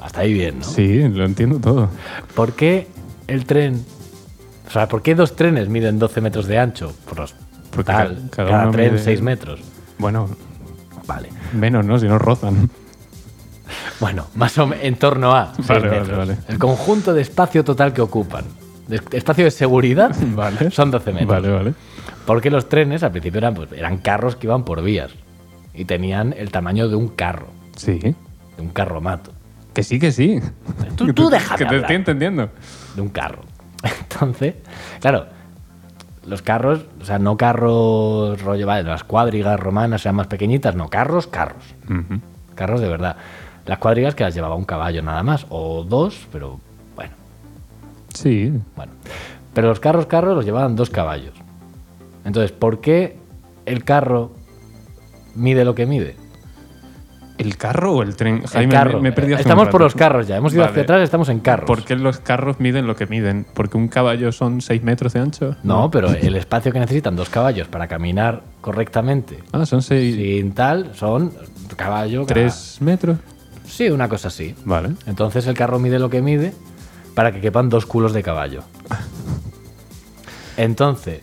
Speaker 1: Hasta ahí bien, ¿no?
Speaker 2: Sí, lo entiendo todo.
Speaker 1: ¿Por qué el tren... O sea, ¿por qué dos trenes miden 12 metros de ancho? Por los-
Speaker 2: Porque
Speaker 1: tal,
Speaker 2: ca- cada
Speaker 1: cada,
Speaker 2: uno
Speaker 1: tren
Speaker 2: mide-
Speaker 1: 6 metros.
Speaker 2: Bueno,
Speaker 1: Vale.
Speaker 2: menos, ¿no? Si no rozan.
Speaker 1: Bueno, más o menos en torno a... seis
Speaker 2: Vale, vale,
Speaker 1: metros.
Speaker 2: vale.
Speaker 1: El conjunto de espacio total que ocupan. De espacio de seguridad
Speaker 2: Vale.
Speaker 1: son 12 metros.
Speaker 2: Vale, vale.
Speaker 1: Porque los trenes al principio eran, pues, eran carros que iban por vías y tenían el tamaño de un carro,
Speaker 2: Sí.
Speaker 1: de un carromato,
Speaker 2: Que sí, que sí.
Speaker 1: Tú-
Speaker 2: Que
Speaker 1: tú
Speaker 2: te-
Speaker 1: déjame
Speaker 2: Que te
Speaker 1: hablar.
Speaker 2: estoy entendiendo.
Speaker 1: de un carro. Entonces, claro, los carros, o sea, no carros rollo, vale, las cuadrigas romanas eran más pequeñitas, no, carros, carros,
Speaker 2: Ujú.
Speaker 1: carros de verdad. Las cuadrigas que las llevaba un caballo nada más, o dos, pero bueno,
Speaker 2: Sí.
Speaker 1: Bueno, pero los carros, carros los llevaban dos caballos. Entonces, ¿por qué el carro mide lo que mide?
Speaker 2: ¿El carro o el tren?
Speaker 1: El
Speaker 2: Jaime, me-
Speaker 1: carro.
Speaker 2: Me, he perdido hace un
Speaker 1: estamos por
Speaker 2: rato.
Speaker 1: los carros ya. Hemos ido
Speaker 2: Vale.
Speaker 1: hacia atrás, estamos en carros.
Speaker 2: ¿Por qué los carros miden lo que miden? ¿Porque un caballo son 6 metros de ancho?
Speaker 1: No, pero el espacio que necesitan dos caballos para caminar correctamente
Speaker 2: Ah, son 6...
Speaker 1: sin tal son caballo. cada-
Speaker 2: 3 metros.
Speaker 1: Sí, una cosa así.
Speaker 2: Vale.
Speaker 1: Entonces el carro mide lo que mide para que quepan dos culos de caballo. Entonces,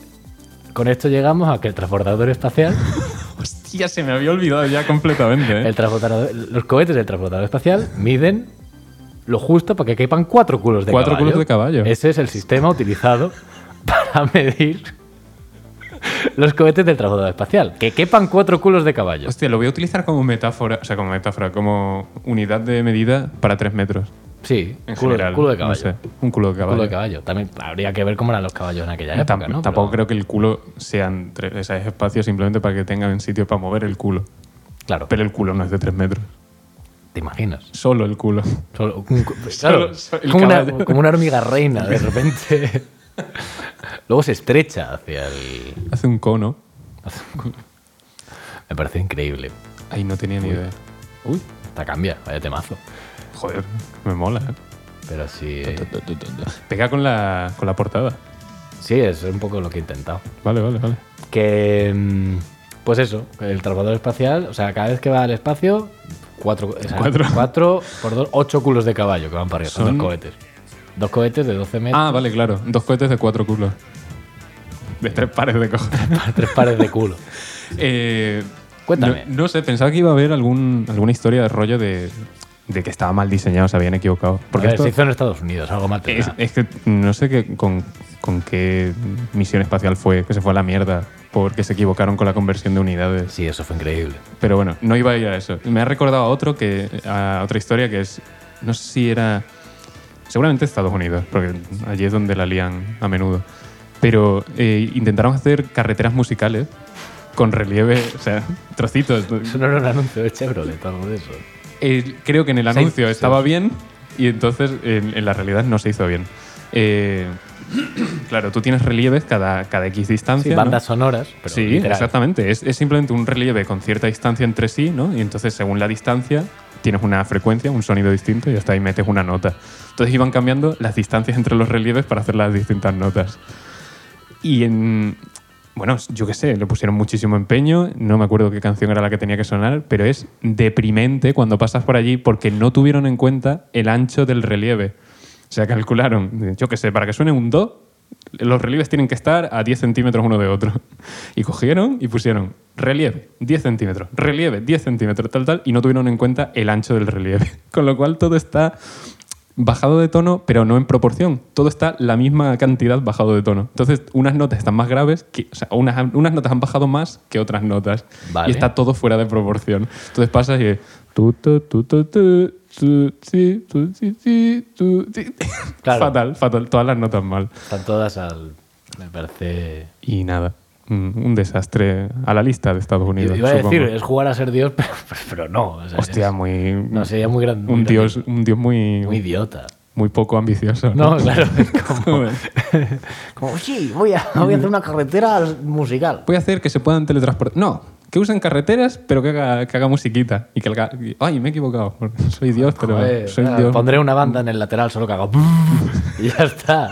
Speaker 1: con esto llegamos a que el transbordador espacial
Speaker 2: Hostia, se me había olvidado ya completamente. ¿eh?
Speaker 1: El transbordador- los cohetes del transbordador espacial miden lo justo para que quepan cuatro culos de
Speaker 2: Cuatro
Speaker 1: caballo.
Speaker 2: culos de caballo.
Speaker 1: Ese es el sistema utilizado para medir los cohetes del transbordador espacial. Que quepan cuatro culos de caballo.
Speaker 2: Hostia, lo voy a utilizar como metáfora, o sea, como metáfora, como unidad de medida para 3 metros.
Speaker 1: Sí,
Speaker 2: En
Speaker 1: culo,
Speaker 2: general.
Speaker 1: culo de
Speaker 2: no
Speaker 1: caballo.
Speaker 2: sé, un culo de caballo.
Speaker 1: Culo de caballo. También habría que ver cómo eran los caballos en aquella época,
Speaker 2: Tam-
Speaker 1: ¿no?
Speaker 2: Tampoco
Speaker 1: Pero-
Speaker 2: creo que el culo sean tres, o sea, es espacio simplemente para que tengan sitio para mover el culo.
Speaker 1: Claro,
Speaker 2: Pero el culo no es de 3 metros.
Speaker 1: te imaginas.
Speaker 2: Solo el culo.
Speaker 1: Solo un cu- claro,
Speaker 2: solo el
Speaker 1: como, una,
Speaker 2: caballo.
Speaker 1: como una hormiga reina, de repente. Luego se estrecha hacia el...
Speaker 2: Hace un cono.
Speaker 1: Me parece increíble.
Speaker 2: Ahí no tenía ni idea. Uy,
Speaker 1: Esta cambia, vaya temazo.
Speaker 2: joder, me mola. ¿eh?
Speaker 1: Pero sí,
Speaker 2: Pega con la, con la portada.
Speaker 1: sí, es un poco lo que he intentado.
Speaker 2: Vale, vale, vale.
Speaker 1: Que, mm, pues eso, el transbordador espacial, o sea, cada vez que va al espacio, cuatro, o sea,
Speaker 2: Cuatro.
Speaker 1: cuatro por dos, ocho culos de caballo que van para arriba, son
Speaker 2: Son-
Speaker 1: dos cohetes. Dos cohetes de 12 metros.
Speaker 2: Ah, vale, claro. Dos cohetes de cuatro culos. De tres pares de cojones.
Speaker 1: Para tres pares de culo.
Speaker 2: Eh,
Speaker 1: Cuéntame.
Speaker 2: No, no sé, pensaba que iba a haber algún, alguna historia de rollo de, de que estaba mal diseñado, se habían equivocado. Porque
Speaker 1: Porque
Speaker 2: esto
Speaker 1: se hizo en Estados Unidos, algo mal
Speaker 2: es,
Speaker 1: tendrá.
Speaker 2: es que no sé qué- con, con qué misión espacial fue que se fue a la mierda porque se equivocaron con la conversión de unidades.
Speaker 1: Sí, eso fue increíble.
Speaker 2: Pero bueno, no iba a ir a eso. Me ha recordado a otro que a otra historia que es no sé si era seguramente Estados Unidos, porque allí es donde la lían a menudo. Pero eh, intentaron hacer carreteras musicales con relieve, o sea, trocitos.
Speaker 1: Eso no era un anuncio de Chevrolet, algo de eso.
Speaker 2: Eh, creo que en el
Speaker 1: Sí,
Speaker 2: anuncio
Speaker 1: sí.
Speaker 2: estaba bien y entonces en, en la realidad no se hizo bien. Eh, claro, tú tienes relieves cada, cada X distancia.
Speaker 1: Sí,
Speaker 2: ¿no?
Speaker 1: bandas sonoras, pero
Speaker 2: sí,
Speaker 1: literal.
Speaker 2: exactamente. Es, es simplemente un relieve con cierta distancia entre sí, ¿no? Y entonces, según la distancia, tienes una frecuencia, un sonido distinto y hasta ahí metes una nota. Entonces iban cambiando las distancias entre los relieves para hacer las distintas notas. Y en. Bueno, yo qué sé, le pusieron muchísimo empeño. No me acuerdo qué canción era la que tenía que sonar, pero es deprimente cuando pasas por allí porque no tuvieron en cuenta el ancho del relieve. O sea, calcularon, yo qué sé, para que suene un do, los relieves tienen que estar a 10 centímetros uno de otro. Y cogieron y pusieron relieve 10 centímetros, relieve 10 centímetros, tal, tal, y no tuvieron en cuenta el ancho del relieve. Con lo cual todo está bajado de tono, pero no en proporción. Todo está la misma cantidad bajado de tono. Entonces, unas notas están más graves, que, o sea, unas, han- unas notas han bajado más que otras notas.
Speaker 1: Vale.
Speaker 2: Y está todo fuera de proporción. Entonces pasa que... tu, tu, tu, tu, tu, tu, si, tu, si, si, tu, si.
Speaker 1: Claro.
Speaker 2: fatal, fatal. Todas las notas mal.
Speaker 1: Están todas al. Me parece.
Speaker 2: Y nada, un, un desastre a la lista de Estados Unidos.
Speaker 1: Iba a decir,
Speaker 2: supongo.
Speaker 1: es jugar a ser Dios, pero, pero no. o sea,
Speaker 2: Hostia,
Speaker 1: es-
Speaker 2: muy.
Speaker 1: no, sería muy grande.
Speaker 2: un, dios, un dios muy,
Speaker 1: Muy
Speaker 2: muy,
Speaker 1: idiota.
Speaker 2: poco ambicioso.
Speaker 1: No, claro. es como,
Speaker 2: Joder.
Speaker 1: como, sí, voy a, voy a hacer una carretera musical.
Speaker 2: Voy a hacer que se puedan teletransportar. No, que usen carreteras, pero que haga, que haga musiquita. Y que haga- y- Ay, me he equivocado. Soy Dios, pero
Speaker 1: Joder,
Speaker 2: soy
Speaker 1: nada,
Speaker 2: Dios.
Speaker 1: Pondré una banda en el lateral, solo que hago. y ya está.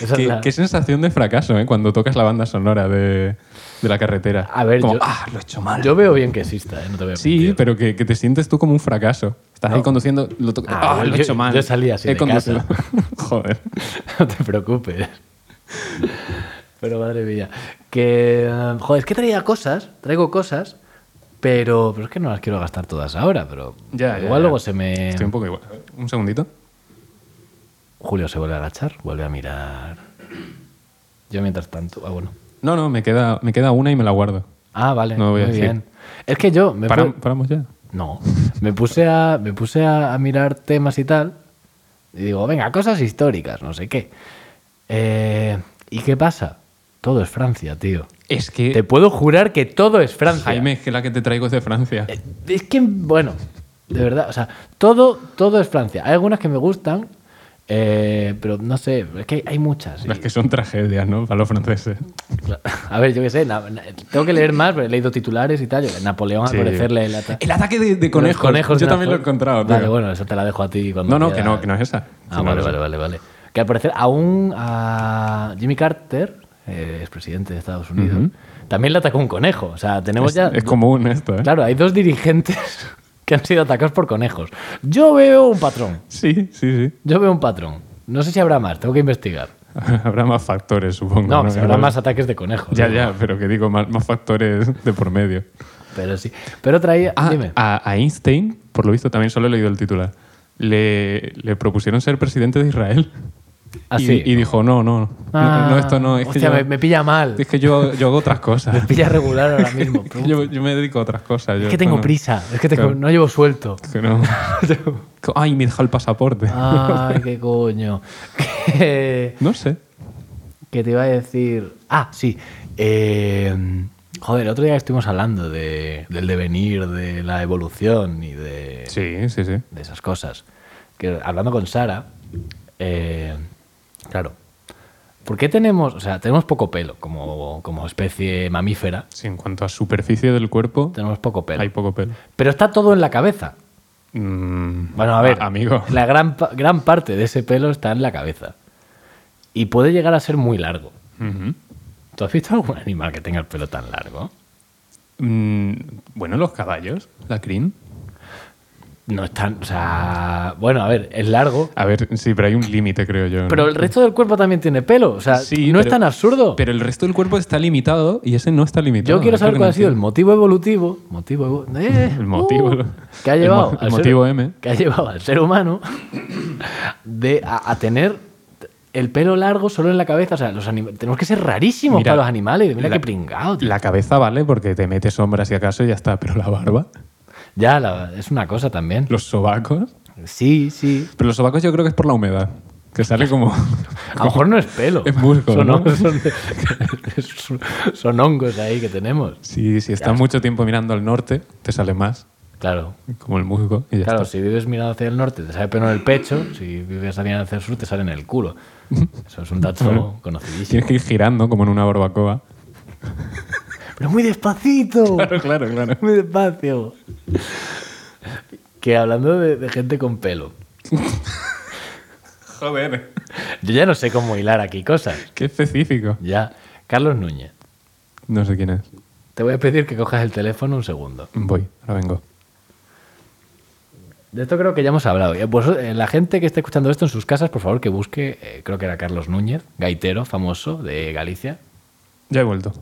Speaker 1: Esa es
Speaker 2: Qué,
Speaker 1: la-
Speaker 2: qué sensación de fracaso, ¿eh? Cuando tocas la banda sonora de, de la carretera.
Speaker 1: A ver,
Speaker 2: Como,
Speaker 1: yo-
Speaker 2: ah, lo he hecho mal.
Speaker 1: Yo veo bien que exista, eh, no te voy a
Speaker 2: Sí,
Speaker 1: mentir.
Speaker 2: pero que, que te sientes tú como un fracaso. Estás ahí conduciendo, lo to-
Speaker 1: Ah,
Speaker 2: ¡Ah, lo he
Speaker 1: yo-
Speaker 2: hecho mal.
Speaker 1: yo salí así de
Speaker 2: conducido. Joder.
Speaker 1: No te preocupes. Pero madre mía. Que. eh, Joder, es que traía cosas, traigo cosas, pero. Pero es que no las quiero gastar todas ahora, pero.
Speaker 2: Ya, ya,
Speaker 1: igual
Speaker 2: ya.
Speaker 1: luego se me.
Speaker 2: Estoy un poco igual. Un segundito.
Speaker 1: Julio se vuelve a agachar, vuelve a mirar. Yo mientras tanto. Ah, bueno.
Speaker 2: No, no, me queda, me queda una y me la guardo.
Speaker 1: Ah, vale.
Speaker 2: No lo voy a
Speaker 1: muy
Speaker 2: decir.
Speaker 1: bien. Es que yo me
Speaker 2: Para-
Speaker 1: pu-
Speaker 2: paramos ya.
Speaker 1: No. Me puse a. Me puse a, a mirar temas y tal. Y digo, venga, cosas históricas, no sé qué. Eh, ¿Y qué pasa? Todo es Francia, tío.
Speaker 2: Es que.
Speaker 1: Te puedo jurar que todo es Francia.
Speaker 2: Jaime, es que la que te traigo es de Francia.
Speaker 1: Eh, Es que, bueno, de verdad, o sea, todo, todo es Francia. Hay algunas que me gustan, eh, pero no sé, es que hay, hay muchas. y-
Speaker 2: Las que son tragedias, ¿no? Para los franceses.
Speaker 1: claro, A ver, yo qué sé, na- na- tengo que leer más, pero he leído titulares y tal. yo, Napoleón
Speaker 2: Sí.
Speaker 1: al parecer le le ata-
Speaker 2: El ataque de, de
Speaker 1: los
Speaker 2: Eh, conejos. Yo
Speaker 1: de
Speaker 2: también lo he
Speaker 1: Napoleón.
Speaker 2: encontrado.
Speaker 1: Vale,
Speaker 2: tío.
Speaker 1: bueno, eso te la dejo a ti cuando
Speaker 2: no, no,
Speaker 1: quieras.
Speaker 2: que no, que no es esa.
Speaker 1: Ah,
Speaker 2: Que no
Speaker 1: vale,
Speaker 2: es
Speaker 1: vale,
Speaker 2: esa.
Speaker 1: vale, vale. Que al parecer aún a Jimmy Carter, eh, expresidente de Estados Unidos, también le atacó un conejo. O sea, tenemos
Speaker 2: Es,
Speaker 1: ya...
Speaker 2: es común esto, ¿eh?
Speaker 1: Claro, hay dos dirigentes que han sido atacados por conejos. Yo veo un patrón.
Speaker 2: Sí, sí, sí.
Speaker 1: Yo veo un patrón. No sé si habrá más, tengo que investigar.
Speaker 2: Habrá más factores, supongo.
Speaker 1: No,
Speaker 2: ¿no?
Speaker 1: si habrá
Speaker 2: Igual.
Speaker 1: más ataques de conejos.
Speaker 2: Ya,
Speaker 1: ¿no?
Speaker 2: ya, pero que digo, más, más factores de por medio.
Speaker 1: Pero sí. Pero traía.
Speaker 2: Ah,
Speaker 1: dime.
Speaker 2: A, a Einstein, por lo visto, también solo he leído el titular. Le, le propusieron ser presidente de Israel.
Speaker 1: Ah,
Speaker 2: y,
Speaker 1: sí.
Speaker 2: y dijo, no, no, no,
Speaker 1: Ah,
Speaker 2: no, esto no. Es
Speaker 1: hostia,
Speaker 2: que
Speaker 1: me,
Speaker 2: yo,
Speaker 1: me pilla mal.
Speaker 2: es que yo, yo hago otras cosas.
Speaker 1: Me pilla regular ahora mismo.
Speaker 2: Es que yo, yo me dedico a otras cosas. yo
Speaker 1: es que
Speaker 2: esto
Speaker 1: tengo
Speaker 2: no-
Speaker 1: prisa. Es que tengo-
Speaker 2: Claro.
Speaker 1: no llevo suelto.
Speaker 2: que no. Ay, me deja el pasaporte.
Speaker 1: Ah. Ay, qué coño. Que,
Speaker 2: No sé.
Speaker 1: que te iba a decir. Ah, sí. Eh, joder, el otro día estuvimos hablando de- del devenir, de la evolución y de.
Speaker 2: Sí, sí, sí.
Speaker 1: de esas cosas. Que hablando con Sara, eh, claro, ¿por qué tenemos, o sea, tenemos poco pelo como, como especie mamífera?
Speaker 2: Sí, en cuanto a superficie del cuerpo,
Speaker 1: Tenemos poco pelo.
Speaker 2: hay poco pelo.
Speaker 1: Pero está todo en la cabeza.
Speaker 2: Mm,
Speaker 1: Bueno, a ver,
Speaker 2: amigo.
Speaker 1: la gran, pa- gran parte de ese pelo está en la cabeza. Y puede llegar a ser muy largo.
Speaker 2: Ujú.
Speaker 1: ¿Tú has visto algún animal que tenga el pelo tan largo?
Speaker 2: Mm, bueno, los caballos, la crin.
Speaker 1: no es tan. O sea. Bueno, a ver, es largo.
Speaker 2: A ver, sí, pero hay un límite, creo yo. Ah, ¿no?
Speaker 1: Pero el resto del cuerpo también tiene pelo. O sea,
Speaker 2: Sí,
Speaker 1: no es
Speaker 2: pero-
Speaker 1: tan absurdo.
Speaker 2: Pero el resto del cuerpo está limitado y ese no está limitado.
Speaker 1: Yo quiero
Speaker 2: Es lo
Speaker 1: saber
Speaker 2: Ah, que
Speaker 1: cuál
Speaker 2: no
Speaker 1: ha sido el
Speaker 2: entiendo.
Speaker 1: motivo evolutivo. Motivo evo- eh,
Speaker 2: El motivo.
Speaker 1: uh, que ha
Speaker 2: El
Speaker 1: llevado.
Speaker 2: mo- el
Speaker 1: al
Speaker 2: motivo
Speaker 1: ser,
Speaker 2: M.
Speaker 1: Que ha llevado al ser humano de, a, a tener el pelo largo solo en la cabeza. O sea, los anim- tenemos que ser rarísimos
Speaker 2: Mira,
Speaker 1: para los animales. Mira
Speaker 2: la-
Speaker 1: qué pringado, tío.
Speaker 2: La cabeza vale porque te metes sombras si acaso y ya está, pero la barba,
Speaker 1: Ya, la- es una cosa también.
Speaker 2: los sobacos.
Speaker 1: Sí, sí.
Speaker 2: Pero los sobacos yo creo que es por la humedad, que sale como.
Speaker 1: A lo mejor no es pelo.
Speaker 2: Es musgo,
Speaker 1: Son,
Speaker 2: ¿no?
Speaker 1: hongos- son- son- son hongos ahí que tenemos.
Speaker 2: Si, si estás mucho tiempo mirando al norte, te sale más,
Speaker 1: Claro.
Speaker 2: como el musgo. Y ya
Speaker 1: Claro,
Speaker 2: está.
Speaker 1: si vives mirando hacia el norte te sale pelo en el pecho, si vives mirando hacia el sur te sale en el culo. Eso es un dato conocidísimo.
Speaker 2: Tienes que ir girando como en una barbacoa.
Speaker 1: Pero muy despacito,
Speaker 2: Claro, claro, claro.
Speaker 1: muy despacio. Que hablando de, de gente con pelo,
Speaker 2: Joder,
Speaker 1: yo ya no sé cómo hilar aquí cosas.
Speaker 2: qué específico.
Speaker 1: Ya, Carlos Núñez,
Speaker 2: No sé quién es.
Speaker 1: te voy a pedir que cojas el teléfono un segundo.
Speaker 2: Voy, ahora vengo.
Speaker 1: De esto creo que ya hemos hablado. Eh, Pues eh, la gente que esté escuchando esto en sus casas, por favor que busque, eh, creo que era Carlos Núñez, gaitero famoso de Galicia.
Speaker 2: Ya he vuelto.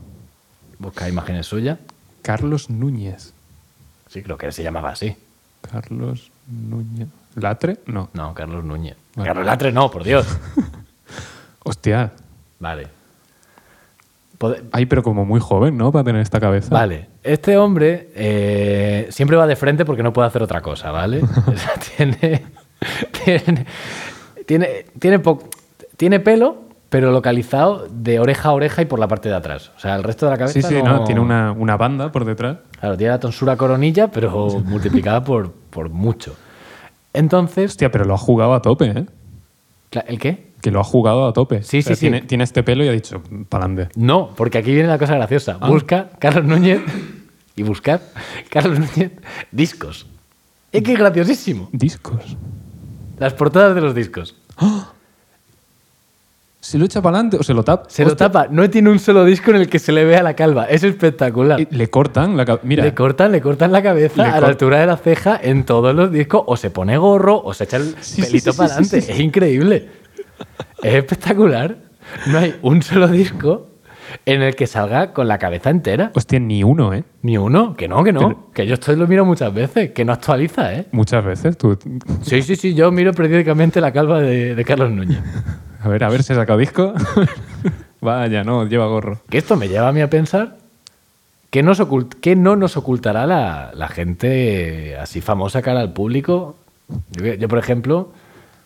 Speaker 1: Busca imágenes suyas.
Speaker 2: Carlos Núñez.
Speaker 1: Sí, creo que se llamaba así.
Speaker 2: Carlos Núñez. ¿Latre? No.
Speaker 1: No, Carlos Núñez.
Speaker 2: Vale.
Speaker 1: Carlos Latre no, por Dios.
Speaker 2: Hostia.
Speaker 1: Vale. Pode-
Speaker 2: Ay, pero como muy joven, ¿no? Para tener esta cabeza.
Speaker 1: Vale. Este hombre eh, siempre va de frente porque no puede hacer otra cosa, ¿vale? O sea, tiene, tiene, tiene, tiene, po- tiene pelo, pero localizado de oreja a oreja y por la parte de atrás. O sea, el resto de la cabeza
Speaker 2: Sí, sí, no. Tiene una, una banda por detrás.
Speaker 1: Claro, tiene la tonsura coronilla, pero multiplicada por, por mucho. Entonces...
Speaker 2: Hostia, pero lo ha jugado a tope, ¿eh?
Speaker 1: cla- ¿El qué?
Speaker 2: Que lo ha jugado a tope.
Speaker 1: Sí, sí, sí.
Speaker 2: Tiene, tiene este pelo y ha dicho, pa'lante.
Speaker 1: No, porque aquí viene la cosa graciosa.
Speaker 2: Ah.
Speaker 1: Busca Carlos Núñez y buscar Carlos Núñez discos. Es que es graciosísimo.
Speaker 2: Discos.
Speaker 1: Las portadas de los discos.
Speaker 2: ¿Se lo echa pa'lante o se lo tapa?
Speaker 1: Se lo
Speaker 2: Hostia,
Speaker 1: tapa, no tiene un solo disco en el que se le vea la calva. Es espectacular.
Speaker 2: eh, Le cortan la cabeza. Mira,
Speaker 1: Le cortan, le cortan la
Speaker 2: Le
Speaker 1: cabeza a la
Speaker 2: cor-
Speaker 1: altura de la ceja en todos los discos. O se pone gorro o se echa el
Speaker 2: Sí, sí,
Speaker 1: pelito
Speaker 2: sí,
Speaker 1: para
Speaker 2: sí,
Speaker 1: adelante.
Speaker 2: sí, sí.
Speaker 1: Es increíble. Es espectacular. No hay un solo disco en el que salga con la cabeza entera.
Speaker 2: hostia, ni uno, ¿eh?
Speaker 1: Ni uno, que no, que no.
Speaker 2: Pero-
Speaker 1: que yo esto lo miro muchas veces, que no actualiza, ¿eh?
Speaker 2: Muchas veces tú...
Speaker 1: Sí, sí, sí, yo miro periódicamente la calva de, de Carlos Núñez.
Speaker 2: A ver, a ver si ha sacado disco. Vaya, no, lleva gorro.
Speaker 1: Que esto me lleva a mí a pensar que, nos ocult- que no nos ocultará la, la gente así famosa cara al público. Yo, yo, por ejemplo,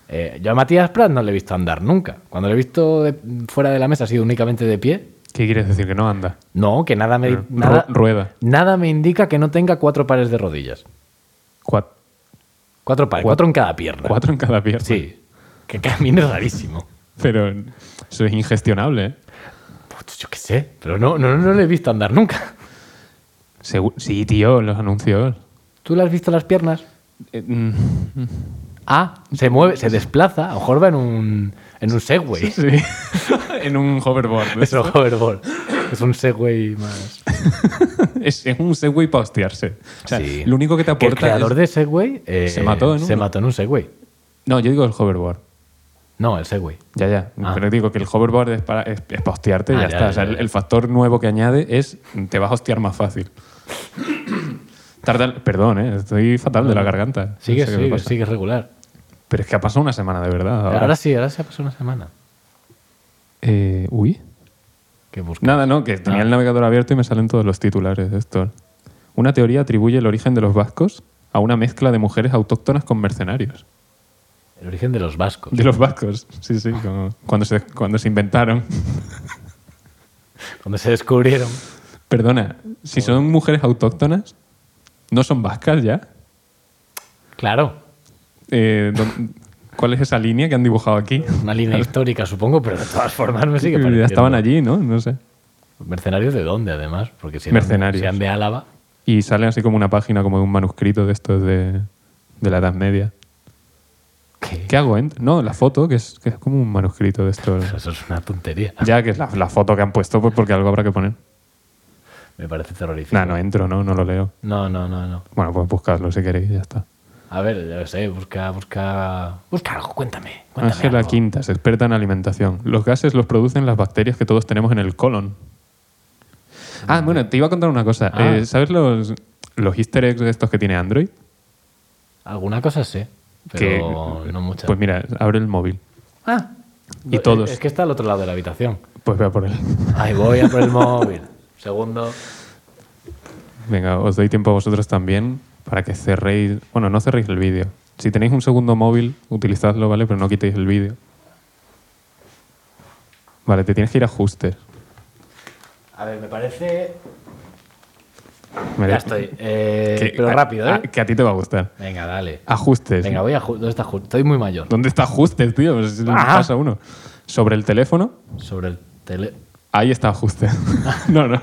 Speaker 1: eh, yo a Matías Prat no le he visto andar nunca. Cuando le he visto de- fuera de la mesa ha sido únicamente de pie.
Speaker 2: ¿Qué quieres decir? Que no anda.
Speaker 1: No, que nada me,
Speaker 2: Ru-
Speaker 1: nada,
Speaker 2: rueda.
Speaker 1: nada me indica que no tenga cuatro pares de rodillas.
Speaker 2: Cua-
Speaker 1: Cuatro pares, cuatro en cada pierna.
Speaker 2: cuatro en cada pierna.
Speaker 1: Sí, que camine rarísimo.
Speaker 2: Pero eso es ingestionable, ¿eh?
Speaker 1: Pues yo qué sé, pero no, no, no le he visto andar nunca.
Speaker 2: Segu- sí, tío, los anuncios.
Speaker 1: ¿Tú le has visto las piernas?
Speaker 2: Eh, mm,
Speaker 1: Ah, se mueve, se desplaza, a lo mejor va en un, en un Segway.
Speaker 2: sí. en un hoverboard.
Speaker 1: Es un hoverboard. Es un Segway más.
Speaker 2: Es, es un Segway para hostiarse. O sea,
Speaker 1: Sí.
Speaker 2: lo único que te
Speaker 1: Que el
Speaker 2: aporta.
Speaker 1: creador
Speaker 2: es-
Speaker 1: de Segway eh,
Speaker 2: se mató en
Speaker 1: se
Speaker 2: uno.
Speaker 1: mató en un Segway.
Speaker 2: No, yo digo el hoverboard.
Speaker 1: No, el Segway.
Speaker 2: Ya, ya.
Speaker 1: Ah.
Speaker 2: Pero digo que el hoverboard es para, es, es para hostiarte y
Speaker 1: Ah, ya,
Speaker 2: ya, está.
Speaker 1: ya,
Speaker 2: O sea,
Speaker 1: ya,
Speaker 2: el,
Speaker 1: ya.
Speaker 2: el factor nuevo que añade es te vas a hostiar más fácil. Tarda, perdón, ¿eh? estoy fatal de la garganta. No
Speaker 1: Sigue,
Speaker 2: sé qué me
Speaker 1: sigue,
Speaker 2: pasa.
Speaker 1: sigue regular.
Speaker 2: Pero es que ha pasado una semana, de verdad.
Speaker 1: Ahora.
Speaker 2: Ahora,
Speaker 1: sí, ahora se ha pasado una semana.
Speaker 2: Eh, uy.
Speaker 1: Que busca.
Speaker 2: Nada, no, que tenía
Speaker 1: Ah.
Speaker 2: el navegador abierto y me salen todos los titulares de esto. Una teoría atribuye el origen de los vascos a una mezcla de mujeres autóctonas con mercenarios.
Speaker 1: El origen de los vascos.
Speaker 2: De los vascos, sí, sí, como cuando, se, cuando se inventaron.
Speaker 1: Donde se descubrieron.
Speaker 2: Perdona, si son mujeres autóctonas, no son vascas ya.
Speaker 1: Claro,
Speaker 2: Eh, don- ¿Cuál es esa línea que han dibujado aquí?
Speaker 1: una línea histórica, supongo, pero de todas formas me sigue
Speaker 2: ya
Speaker 1: pareciendo.
Speaker 2: estaban allí, ¿no? No sé.
Speaker 1: ¿Mercenarios de dónde, además? Porque si eran,
Speaker 2: Mercenarios.
Speaker 1: si eran de Álava.
Speaker 2: Y sale así como una página, como de un manuscrito de estos de, de la Edad Media.
Speaker 1: ¿Qué?
Speaker 2: ¿Qué hago? ent- No, la foto, que es, que es como un manuscrito de estos.
Speaker 1: Eso es una tontería.
Speaker 2: Ya que es la, la foto que han puesto, pues porque algo habrá que poner.
Speaker 1: Me parece terrorífico.
Speaker 2: Nah, no entro, no, no lo leo.
Speaker 1: No, no, no, no.
Speaker 2: Bueno, pues buscadlo si queréis, ya está.
Speaker 1: A ver, ya lo sé, busca, busca. Busca algo, cuéntame. cuéntame
Speaker 2: Ángela
Speaker 1: algo.
Speaker 2: Quintas, experta en alimentación. Los gases los producen las bacterias que todos tenemos en el colon. Ah, bueno, te iba a contar una cosa.
Speaker 1: Ah.
Speaker 2: Eh, ¿Sabes los, los easter eggs de estos que tiene Android?
Speaker 1: Alguna cosa sé, pero no muchas.
Speaker 2: Pues mira, abre el móvil.
Speaker 1: ah, eh,
Speaker 2: y
Speaker 1: no, es-
Speaker 2: todos.
Speaker 1: Es que está al otro lado de la habitación.
Speaker 2: Pues vea por él.
Speaker 1: Ahí voy a por el móvil. Segundo.
Speaker 2: Venga, os doy tiempo a vosotros también para que cerréis. Bueno, no cerréis el vídeo. Si tenéis un segundo móvil, utilizadlo, ¿vale? Pero no quitéis el vídeo. Vale, te tienes que ir a ajustes.
Speaker 1: A ver, me parece.
Speaker 2: Mere-
Speaker 1: Ya estoy. eh,
Speaker 2: que- ah,
Speaker 1: pero
Speaker 2: a-
Speaker 1: rápido,
Speaker 2: a-
Speaker 1: ¿eh?
Speaker 2: que a ti te va a gustar.
Speaker 1: Venga, dale.
Speaker 2: Ajustes.
Speaker 1: Venga, voy a. ju- ¿Dónde está ju- Estoy muy mayor.
Speaker 2: ¿Dónde está ajustes, tío? Pues es lo que
Speaker 1: Ah.
Speaker 2: pasa uno. Sobre el teléfono,
Speaker 1: Sobre el tele.
Speaker 2: ahí está ajustes. no, no.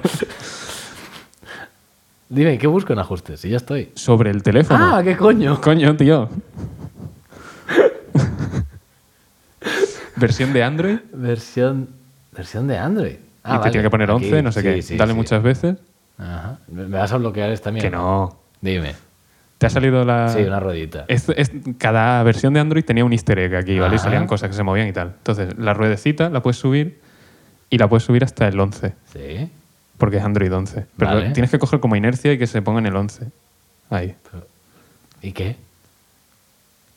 Speaker 1: Dime, ¿qué busco en ajustes? Si ya estoy.
Speaker 2: Sobre el teléfono.
Speaker 1: ¡Ah, qué coño!
Speaker 2: Coño, tío. Versión de Android.
Speaker 1: Versión. Versión de Android. Ah,
Speaker 2: y te
Speaker 1: vale.
Speaker 2: tiene que poner
Speaker 1: Aquí,
Speaker 2: 11, no sé
Speaker 1: sí,
Speaker 2: qué.
Speaker 1: sí,
Speaker 2: Dale
Speaker 1: sí.
Speaker 2: muchas veces.
Speaker 1: Ajá. ¿Me me vas a bloquear esta mierda?
Speaker 2: Que no. Ah.
Speaker 1: Dime.
Speaker 2: Te ha salido la.
Speaker 1: Sí, una ruedita.
Speaker 2: Es- es- cada versión de Android tenía un easter egg aquí, ¿vale? Y
Speaker 1: Ajá.
Speaker 2: salían cosas que se movían y tal. Entonces, la ruedecita la puedes subir y la puedes subir hasta el 11,
Speaker 1: Sí.
Speaker 2: porque es Android 11. Pero
Speaker 1: Vale.
Speaker 2: tienes que coger como inercia y que se ponga en el 11. Ahí.
Speaker 1: ¿Y qué?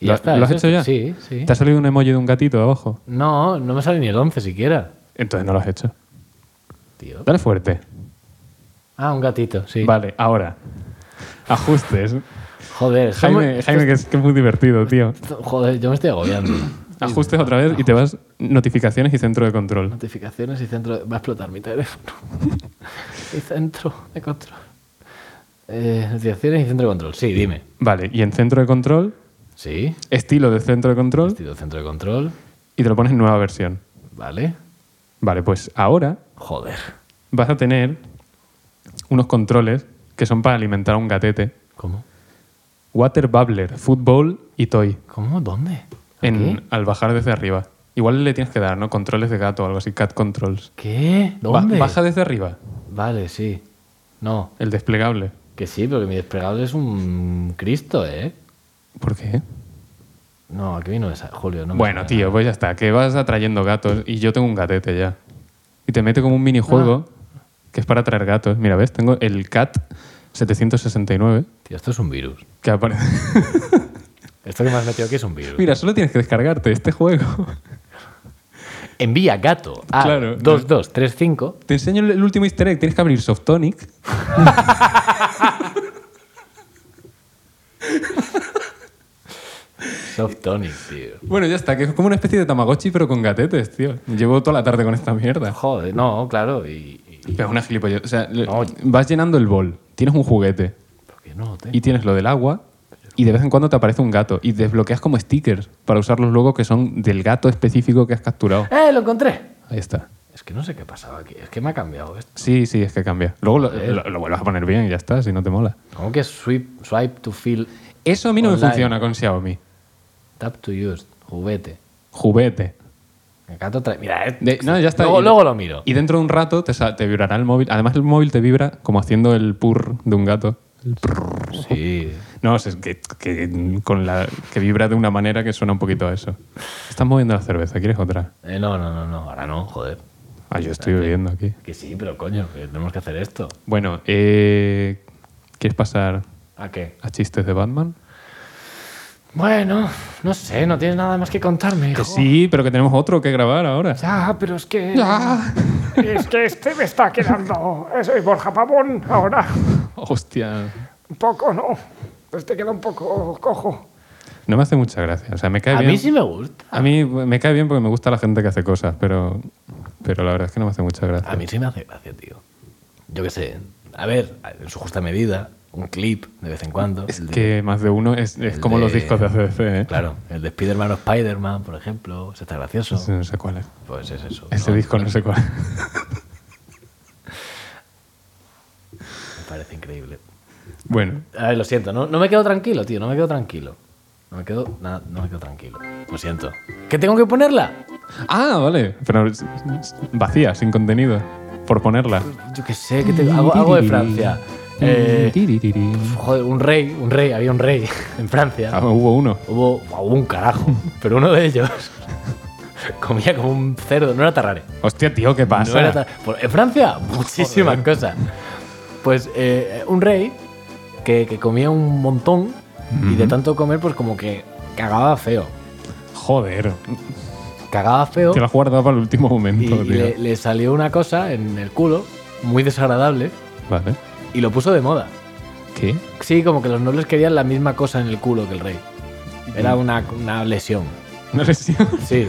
Speaker 1: Y
Speaker 2: ¿Lo,
Speaker 1: ya está,
Speaker 2: lo has
Speaker 1: ¿es
Speaker 2: hecho
Speaker 1: eso?
Speaker 2: ya?
Speaker 1: Sí, sí.
Speaker 2: ¿Te ha salido un emoji de un gatito abajo?
Speaker 1: No, no me sale ni el 11 siquiera.
Speaker 2: Entonces no lo has hecho.
Speaker 1: Tío.
Speaker 2: Dale fuerte.
Speaker 1: Ah, un gatito, sí.
Speaker 2: Vale, ahora. Ajustes.
Speaker 1: Joder, está
Speaker 2: Jaime,
Speaker 1: muy-
Speaker 2: Jaime que, es, que es muy divertido, tío.
Speaker 1: Joder, yo me estoy agobiando.
Speaker 2: Ajustes otra vez y te vas notificaciones y centro de control.
Speaker 1: Notificaciones y centro. de- Va a explotar mi teléfono. y centro de control. Eh, notificaciones y centro de control. Sí, dime.
Speaker 2: Vale, y en centro de control,
Speaker 1: Sí.
Speaker 2: estilo de centro de control
Speaker 1: Estilo centro de control.
Speaker 2: y te lo pones en nueva versión.
Speaker 1: Vale.
Speaker 2: Vale, pues ahora
Speaker 1: Joder.
Speaker 2: vas a tener unos controles que son para alimentar a un gatete.
Speaker 1: ¿Cómo?
Speaker 2: Water Bubbler, Football y Toy.
Speaker 1: ¿Cómo? ¿Dónde?
Speaker 2: En, al bajar desde arriba. Igual le tienes que dar, ¿no? Controles de gato o algo así, cat controls.
Speaker 1: ¿Qué?
Speaker 2: Ba-
Speaker 1: ¿Dónde?
Speaker 2: baja desde arriba,
Speaker 1: Vale, sí. No,
Speaker 2: el desplegable.
Speaker 1: que sí, pero que mi desplegable es un Cristo, ¿eh?
Speaker 2: ¿Por qué?
Speaker 1: No, aquí vino esa, Julio. No me
Speaker 2: bueno,
Speaker 1: sale
Speaker 2: tío, pues ya está, que vas atrayendo gatos y yo tengo un gatete ya. Y te mete como un minijuego
Speaker 1: Ah.
Speaker 2: que es para atraer gatos. Mira, ¿ves? Tengo el cat 769
Speaker 1: nada. Tío, esto es un virus.
Speaker 2: que aparece...
Speaker 1: Esto que me has metido aquí es un virus.
Speaker 2: Mira, solo tienes que descargarte este juego.
Speaker 1: Envía gato a
Speaker 2: Claro.
Speaker 1: 2235.
Speaker 2: Te enseño el, el último easter egg. Tienes que abrir Softonic.
Speaker 1: Soft Tonic, tío.
Speaker 2: Bueno, ya está, que es como una especie de Tamagotchi, pero con gatetes, tío. Llevo toda la tarde con esta mierda.
Speaker 1: Joder, no, claro. Y, y-
Speaker 2: Pero es una gilipollez. O sea, le-
Speaker 1: No.
Speaker 2: vas llenando el bol. Tienes un juguete.
Speaker 1: ¿Por qué no? te-
Speaker 2: Y tienes lo del agua. Y de vez en cuando te aparece un gato. Y desbloqueas como stickers para usarlos luego que son del gato específico que has capturado.
Speaker 1: ¡Eh, lo encontré!
Speaker 2: Ahí está.
Speaker 1: Es que no sé qué pasaba aquí. Es que me ha cambiado esto.
Speaker 2: Sí, sí, es que cambia. Eh. Luego lo, lo- lo vuelves a poner bien y ya está, si no te mola.
Speaker 1: Como que swipe, swipe to fill,
Speaker 2: Eso a mí no me
Speaker 1: Online.
Speaker 2: funciona con Xiaomi.
Speaker 1: tap to use, juguete.
Speaker 2: Juguete.
Speaker 1: El gato trae. Mira, eh,
Speaker 2: De- no, ya está.
Speaker 1: Luego,
Speaker 2: Y-
Speaker 1: luego lo miro.
Speaker 2: Y dentro de un rato te, sa- te vibrará el móvil. Además, el móvil te vibra como haciendo el purr de un gato.
Speaker 1: Sí.
Speaker 2: No, es que, que con la, que vibra de una manera que suena un poquito a eso. Estás moviendo la cerveza, ¿quieres otra?
Speaker 1: Eh, no, no, no, no. Ahora no, joder.
Speaker 2: Ah, yo estoy bebiendo aquí.
Speaker 1: Que sí, pero coño, que tenemos que hacer esto.
Speaker 2: Bueno, eh, ¿quieres pasar
Speaker 1: ¿A qué?
Speaker 2: a chistes de Batman?
Speaker 1: Bueno, no sé, no tienes nada más que contarme, hijo.
Speaker 2: Que sí, pero que tenemos otro que grabar ahora.
Speaker 1: Ya, pero es que.
Speaker 4: Es que este me está quedando. Es el Borja Pavón ahora.
Speaker 2: Hostia.
Speaker 4: Un poco, ¿no? Pues te queda un poco cojo.
Speaker 2: No me hace mucha gracia. O sea, me cae
Speaker 1: A
Speaker 2: bien.
Speaker 1: mí sí me gusta.
Speaker 2: A mí me cae bien porque me gusta la gente que hace cosas, pero, pero la verdad es que no me hace mucha gracia.
Speaker 1: A mí sí me hace gracia, tío. Yo qué sé. A ver, en su justa medida, un clip de vez en cuando.
Speaker 2: Es
Speaker 1: El de-
Speaker 2: que más de uno es, es
Speaker 1: el
Speaker 2: como
Speaker 1: de-
Speaker 2: los discos de ACDC, ¿eh?
Speaker 1: Claro, el de Spider-Man o Spider-Man, por ejemplo. Ese está gracioso.
Speaker 2: Sí, No sé cuál es.
Speaker 1: Pues es eso.
Speaker 2: Ese
Speaker 1: ¿no?
Speaker 2: disco no sé cuál.
Speaker 1: Me parece increíble.
Speaker 2: bueno,
Speaker 1: A ver, lo siento. No, no me quedo tranquilo, tío. No me quedo tranquilo. No me quedo, nada, no me quedo tranquilo. Lo siento. ¿Qué tengo que ponerla?
Speaker 2: Ah, vale. Pero es- es vacía, sin contenido. Por ponerla.
Speaker 1: Yo qué sé, que te, hago, hago de Francia. Eh,
Speaker 2: Tiririri.
Speaker 1: joder, un rey, un rey, había un rey en Francia.
Speaker 2: Ah, hubo uno.
Speaker 1: Hubo, buah, hubo un carajo, pero uno de ellos comía como un cerdo, no era tarrare.
Speaker 2: Hostia, tío, ¿qué pasa?
Speaker 1: No era tar- por- en Francia, muchísimas cosas. Pues eh, un rey que, que comía un montón y de tanto comer, pues como que cagaba feo.
Speaker 2: Joder.
Speaker 1: Cagaba feo
Speaker 2: Te la has guardado para el último
Speaker 1: y,
Speaker 2: momento,
Speaker 1: y
Speaker 2: tío.
Speaker 1: le, le salió una cosa en el culo muy desagradable
Speaker 2: Vale.
Speaker 1: y lo puso de moda.
Speaker 2: ¿Qué?
Speaker 1: Sí, como que los nobles querían la misma cosa en el culo que el rey. Era una, una lesión.
Speaker 2: Una lesión.
Speaker 1: Sí.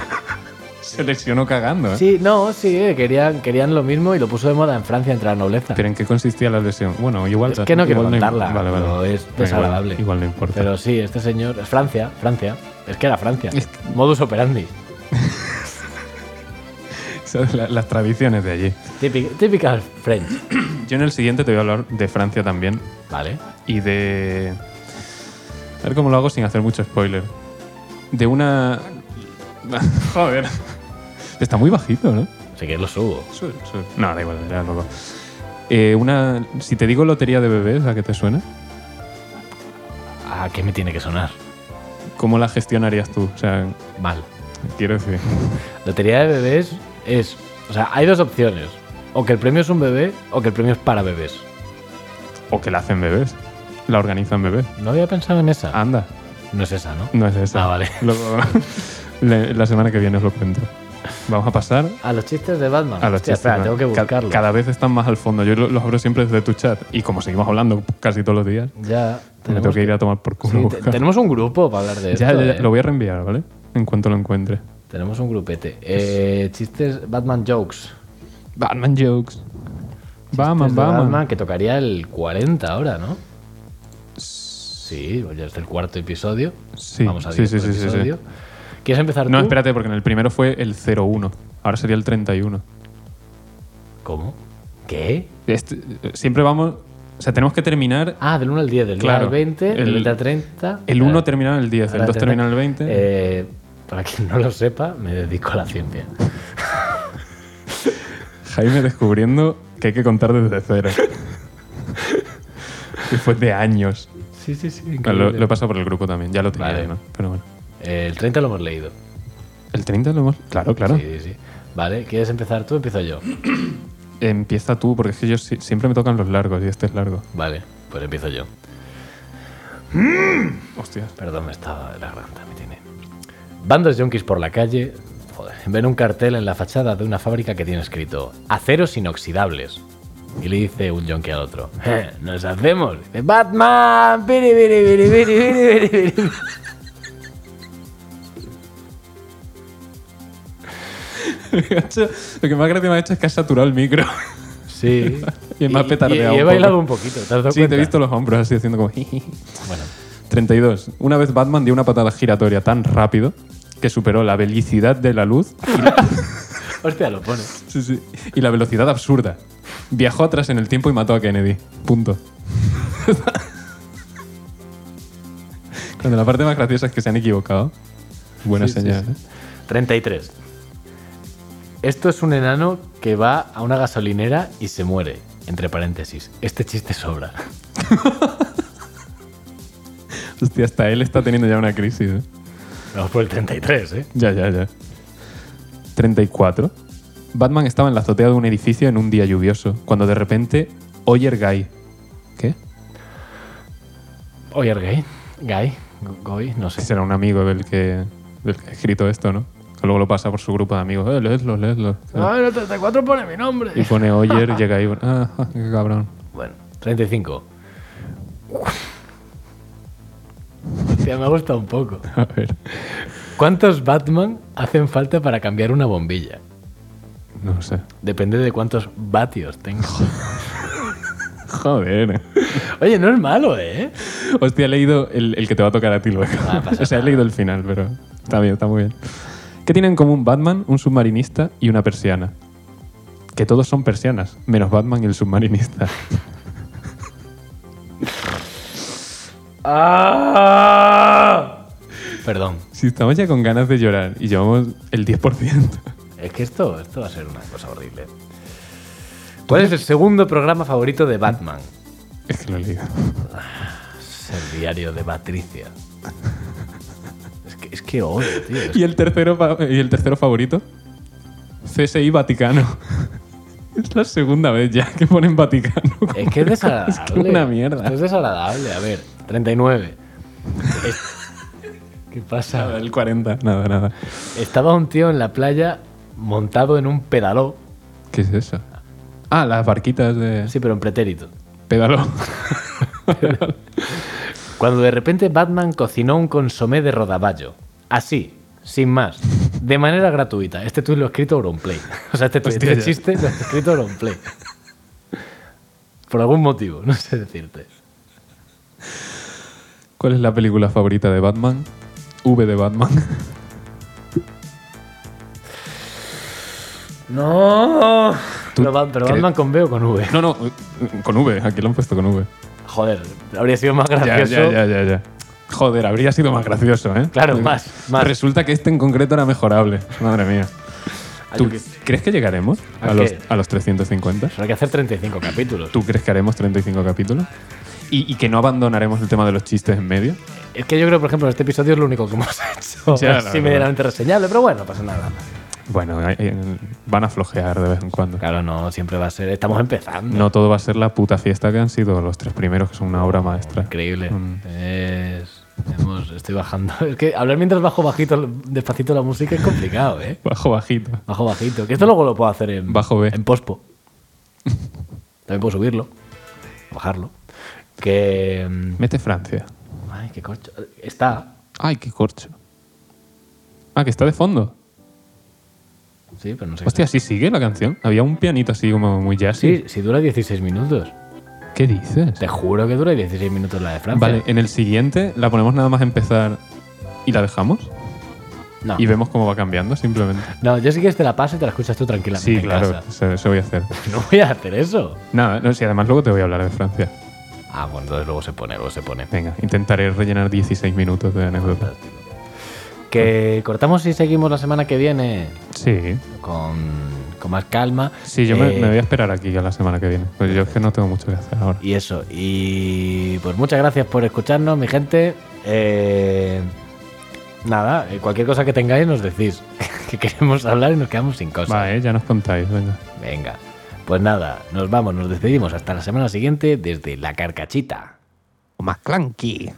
Speaker 2: Se lesionó cagando, ¿eh?
Speaker 1: Sí, no, sí, eh, querían, querían lo mismo y lo puso de moda en Francia entre la nobleza.
Speaker 2: ¿Pero en qué consistía la lesión? Bueno, igual...
Speaker 1: Es que no quiero
Speaker 2: igual im-
Speaker 1: contarla,
Speaker 2: Vale, vale.
Speaker 1: pero es
Speaker 2: Venga,
Speaker 1: desagradable.
Speaker 2: Igual, igual no importa.
Speaker 1: Pero sí, este señor. Es Francia, Francia. Es que era Francia.
Speaker 2: Es que-
Speaker 1: Modus operandi.
Speaker 2: Son la- las tradiciones de allí.
Speaker 1: Típica, típica French.
Speaker 2: Yo en el siguiente te voy a hablar de Francia también
Speaker 1: Vale.
Speaker 2: y de... A ver cómo lo hago sin hacer mucho spoiler. De una... Joder. Está muy bajito, ¿no?
Speaker 1: Así que lo subo.
Speaker 2: Sube, sube. No, da igual, ya lo hago. Eh, una... Si te digo lotería de bebés, ¿a qué te suena?
Speaker 1: ¿A Ah, qué me tiene que sonar?
Speaker 2: ¿Cómo la gestionarías tú? O sea,
Speaker 1: Mal.
Speaker 2: quiero decir...
Speaker 1: Lotería de bebés es. O sea, hay dos opciones. O que el premio es un bebé o que el premio es para bebés.
Speaker 2: O que la hacen bebés. La organizan bebés.
Speaker 1: No había pensado en esa.
Speaker 2: Anda.
Speaker 1: No es esa, ¿no?
Speaker 2: No es esa.
Speaker 1: Ah, vale.
Speaker 2: Luego- le- la semana que viene os lo cuento. Vamos a pasar
Speaker 1: A los chistes de Batman.
Speaker 2: a los
Speaker 1: Hostia,
Speaker 2: chistes.
Speaker 1: espera,
Speaker 2: ¿no?
Speaker 1: tengo que
Speaker 2: Ca-
Speaker 1: buscarlo.
Speaker 2: Cada, vez están más al fondo. Yo lo- los abro siempre desde tu chat. Y como seguimos hablando casi todos los días,
Speaker 1: Ya.
Speaker 2: me
Speaker 1: tenemos
Speaker 2: tengo que ir a tomar por
Speaker 1: Sí,
Speaker 2: culo.
Speaker 1: te- tenemos un grupo para hablar de
Speaker 2: Ya,
Speaker 1: esto.
Speaker 2: ya, ya,
Speaker 1: ¿eh?
Speaker 2: lo voy a reenviar, ¿vale? En cuanto lo encuentre.
Speaker 1: Tenemos un grupete. Eh, chistes Batman Jokes.
Speaker 2: Batman jokes. Batman,
Speaker 1: Chistes de
Speaker 2: Batman.
Speaker 1: Batman, que tocaría el 40 ahora, ¿no? Sí, pues ya es el cuarto episodio.
Speaker 2: Sí,
Speaker 1: Vamos a
Speaker 2: sí, sí,
Speaker 1: directo al
Speaker 2: sí, sí, sí.
Speaker 1: episodio. ¿Quieres empezar
Speaker 2: No,
Speaker 1: tú?
Speaker 2: espérate, porque en el primero fue el 01. Ahora sería el 31.
Speaker 1: ¿Cómo? ¿Qué?
Speaker 2: Este- siempre vamos. O sea, tenemos que terminar
Speaker 1: Ah, del 1 al 10, del 1
Speaker 2: Claro,
Speaker 1: al 20, del
Speaker 2: el-
Speaker 1: 20 al 30.
Speaker 2: El 1
Speaker 1: Ah,
Speaker 2: termina en el 10, el
Speaker 1: ahora
Speaker 2: 2 termina en el 20.
Speaker 1: Eh, para quien no lo sepa, me dedico a la ciencia.
Speaker 2: Jaime descubriendo que hay que contar desde cero. Después de años.
Speaker 1: Sí, sí, sí.
Speaker 2: Bueno, lo, lo he pasado por el grupo también, ya lo tenía.
Speaker 1: Vale.
Speaker 2: ¿no? Pero bueno.
Speaker 1: el 30 lo hemos leído.
Speaker 2: ¿El 30 lo hemos.? Claro, claro.
Speaker 1: Sí, sí. Vale, ¿quieres empezar tú? Empiezo yo.
Speaker 2: Empieza tú, porque es que yo si- siempre me tocan los largos y este es largo.
Speaker 1: Vale, pues empiezo yo.
Speaker 2: Hostia.
Speaker 1: Perdón, me estaba de la garganta, me tiene. Bandos yonkis por la calle. Joder, ven un cartel en la fachada de una fábrica que tiene escrito Aceros inoxidables. Y le dice un yonki al otro: "Eh, ¡Nos hacemos! Dice, ¡Batman! ¡Biri, biri, biri, biri, biri, biri, biri".
Speaker 2: lo que más gracia me ha hecho es que has saturado el micro.
Speaker 1: Sí.
Speaker 2: Y me ha petardeado
Speaker 1: y- y he
Speaker 2: un
Speaker 1: bailado
Speaker 2: poco.
Speaker 1: un poquito, ¿te has dado
Speaker 2: sí, te
Speaker 1: cuenta?
Speaker 2: he visto los hombros así haciendo como.
Speaker 1: Bueno,
Speaker 2: 32. Una vez Batman dio una patada giratoria tan rápido que superó la velocidad de la luz
Speaker 1: hostia, lo pone.
Speaker 2: Sí, sí. Y la velocidad absurda. Viajó atrás en el tiempo y mató a Kennedy. Punto. Cuando la parte más graciosa es que se han equivocado. Buena
Speaker 1: Sí, sí,
Speaker 2: señal.
Speaker 1: sí.
Speaker 2: ¿eh?
Speaker 1: 33. Esto es un enano que va a una gasolinera y se muere. Entre paréntesis, este chiste sobra.
Speaker 2: Hostia, hasta él está teniendo ya una crisis. ¿eh?
Speaker 1: Vamos por el 33, ¿eh?
Speaker 2: Ya, ya, ya. 34. Batman estaba en la azotea de un edificio en un día lluvioso, cuando de repente Oyer Guy. ¿Qué?
Speaker 1: Oye, gay. Guy. Goy, no sé.
Speaker 2: Será un amigo del que, del que ha escrito esto, ¿no? Que luego lo pasa por su grupo de amigos. Eh, leedlo, leedlo.
Speaker 1: en el 34 pone mi nombre.
Speaker 2: Y pone Oyer, llega ahí. Ah, ah, qué cabrón.
Speaker 1: Bueno, 35. Hostia, me ha gustado un poco.
Speaker 2: A ver.
Speaker 1: ¿Cuántos Batman hacen falta para cambiar una bombilla?
Speaker 2: No sé.
Speaker 1: Depende de cuántos vatios tengo.
Speaker 2: Joder.
Speaker 1: Oye, no es malo, ¿eh?
Speaker 2: Hostia, he leído el, el que te va a tocar a ti luego.
Speaker 1: Ah, pasa
Speaker 2: o sea, he leído el final, pero está bien, está muy bien. ¿Qué tienen en común Batman, un submarinista y una persiana? Que todos son persianas, menos Batman y el submarinista.
Speaker 1: Perdón.
Speaker 2: Si estamos ya con ganas de llorar y llevamos el 10%.
Speaker 1: Es que esto, esto va a ser una cosa horrible. ¿Cuál es el segundo programa favorito de Batman?
Speaker 2: Es que lo he leído.
Speaker 1: Es el diario de Patricia. Es que, es que odio, tío. Es-
Speaker 2: Y el tercero, fa- y el tercero favorito, CSI Vaticano. Es la segunda vez ya que ponen Vaticano.
Speaker 1: Es que es desagradable.
Speaker 2: Es que una mierda.
Speaker 1: Esto es desagradable. A ver, 39. Es- ¿Qué
Speaker 2: Nada,
Speaker 1: pasa?
Speaker 2: el 40. Nada, nada.
Speaker 1: Estaba un tío en la playa montado en un pedaló.
Speaker 2: ¿Qué es eso? Ah, las barquitas de
Speaker 1: Sí, pero en pretérito.
Speaker 2: pedaló.
Speaker 1: Cuando de repente Batman cocinó un consomé de rodaballo. Así, sin más. De manera gratuita. Este tuit lo ha escrito Auronplay. O sea, este, tuit,
Speaker 2: Hostia,
Speaker 1: este
Speaker 2: ya.
Speaker 1: chiste lo ha escrito Auronplay. Por algún motivo, no sé decirte.
Speaker 2: ¿Cuál es la película favorita de Batman? V de Batman.
Speaker 1: No. Pero, Ba- pero
Speaker 2: cre-
Speaker 1: Batman con B o con V.
Speaker 2: No, no, con V. Aquí lo han puesto con V.
Speaker 1: Joder, habría sido más
Speaker 2: Ya,
Speaker 1: gracioso.
Speaker 2: ya, ya, ya, ya. Joder, habría sido más gracioso, ¿eh?
Speaker 1: Claro, más, más.
Speaker 2: Resulta que este en concreto era mejorable. Madre mía.
Speaker 1: Ah,
Speaker 2: ¿Tú
Speaker 1: yo qué sé.
Speaker 2: crees que llegaremos
Speaker 1: ¿A
Speaker 2: a los,
Speaker 1: qué?
Speaker 2: a los 350?
Speaker 1: Pero hay que hacer 35 capítulos.
Speaker 2: ¿Tú crees que haremos 35 capítulos? ¿Y, y que no abandonaremos el tema de los chistes en medio?
Speaker 1: Es que yo creo, por ejemplo, en este episodio es lo único que hemos hecho.
Speaker 2: Ya, la
Speaker 1: así
Speaker 2: verdad.
Speaker 1: medianamente reseñable, pero bueno, no pasa nada.
Speaker 2: Bueno, eh, eh, van a flojear de vez en cuando.
Speaker 1: Claro, no, siempre va a ser. Estamos empezando.
Speaker 2: No todo va a ser la puta fiesta que han sido los tres primeros, que son una obra maestra.
Speaker 1: Increíble.
Speaker 2: Mm.
Speaker 1: Es- hemos- estoy bajando. Es que hablar mientras bajo bajito, despacito la música es complicado, ¿eh?
Speaker 2: Bajo bajito.
Speaker 1: Bajo bajito. Que esto luego lo puedo hacer en,
Speaker 2: Bajo B.
Speaker 1: en pospo. También puedo subirlo, bajarlo. Que. mm,
Speaker 2: Mete Francia.
Speaker 1: Ay, qué corcho. Está,
Speaker 2: Ay, qué corcho. Ah, que está de fondo.
Speaker 1: sí, pero no sé. qué
Speaker 2: Hostia, ¿sí sigue la canción? Había un pianito así como muy jazzy.
Speaker 1: Sí, si dura 16 minutos.
Speaker 2: ¿Qué dices?
Speaker 1: Te juro que dura 16 minutos la de Francia.
Speaker 2: Vale, en el siguiente la ponemos nada más empezar y la dejamos
Speaker 1: No.
Speaker 2: y vemos cómo va cambiando simplemente.
Speaker 1: No, yo sí que te la paso y te la escuchas tú tranquilamente
Speaker 2: Sí,
Speaker 1: en
Speaker 2: claro,
Speaker 1: casa.
Speaker 2: eso, eso voy a hacer.
Speaker 1: No voy a hacer eso.
Speaker 2: Nada, no, si además luego te voy a hablar de Francia.
Speaker 1: Ah, bueno, entonces luego se pone, luego se pone.
Speaker 2: Venga, intentaré rellenar 16 minutos de anécdotas.
Speaker 1: Que cortamos y seguimos la semana que viene
Speaker 2: Sí,
Speaker 1: con, con más calma.
Speaker 2: sí, yo me,
Speaker 1: Eh,
Speaker 2: me voy a esperar aquí a la semana que viene. Pues yo es que no tengo mucho que hacer ahora.
Speaker 1: Y eso, y pues muchas gracias por escucharnos, mi gente. Eh, nada, eh, cualquier cosa que tengáis nos decís que queremos hablar y nos quedamos sin cosas.
Speaker 2: Vale, eh, ya nos contáis, venga.
Speaker 1: Venga, pues nada, nos vamos, nos despedimos hasta la semana siguiente desde La Carcachita.
Speaker 3: McClunky.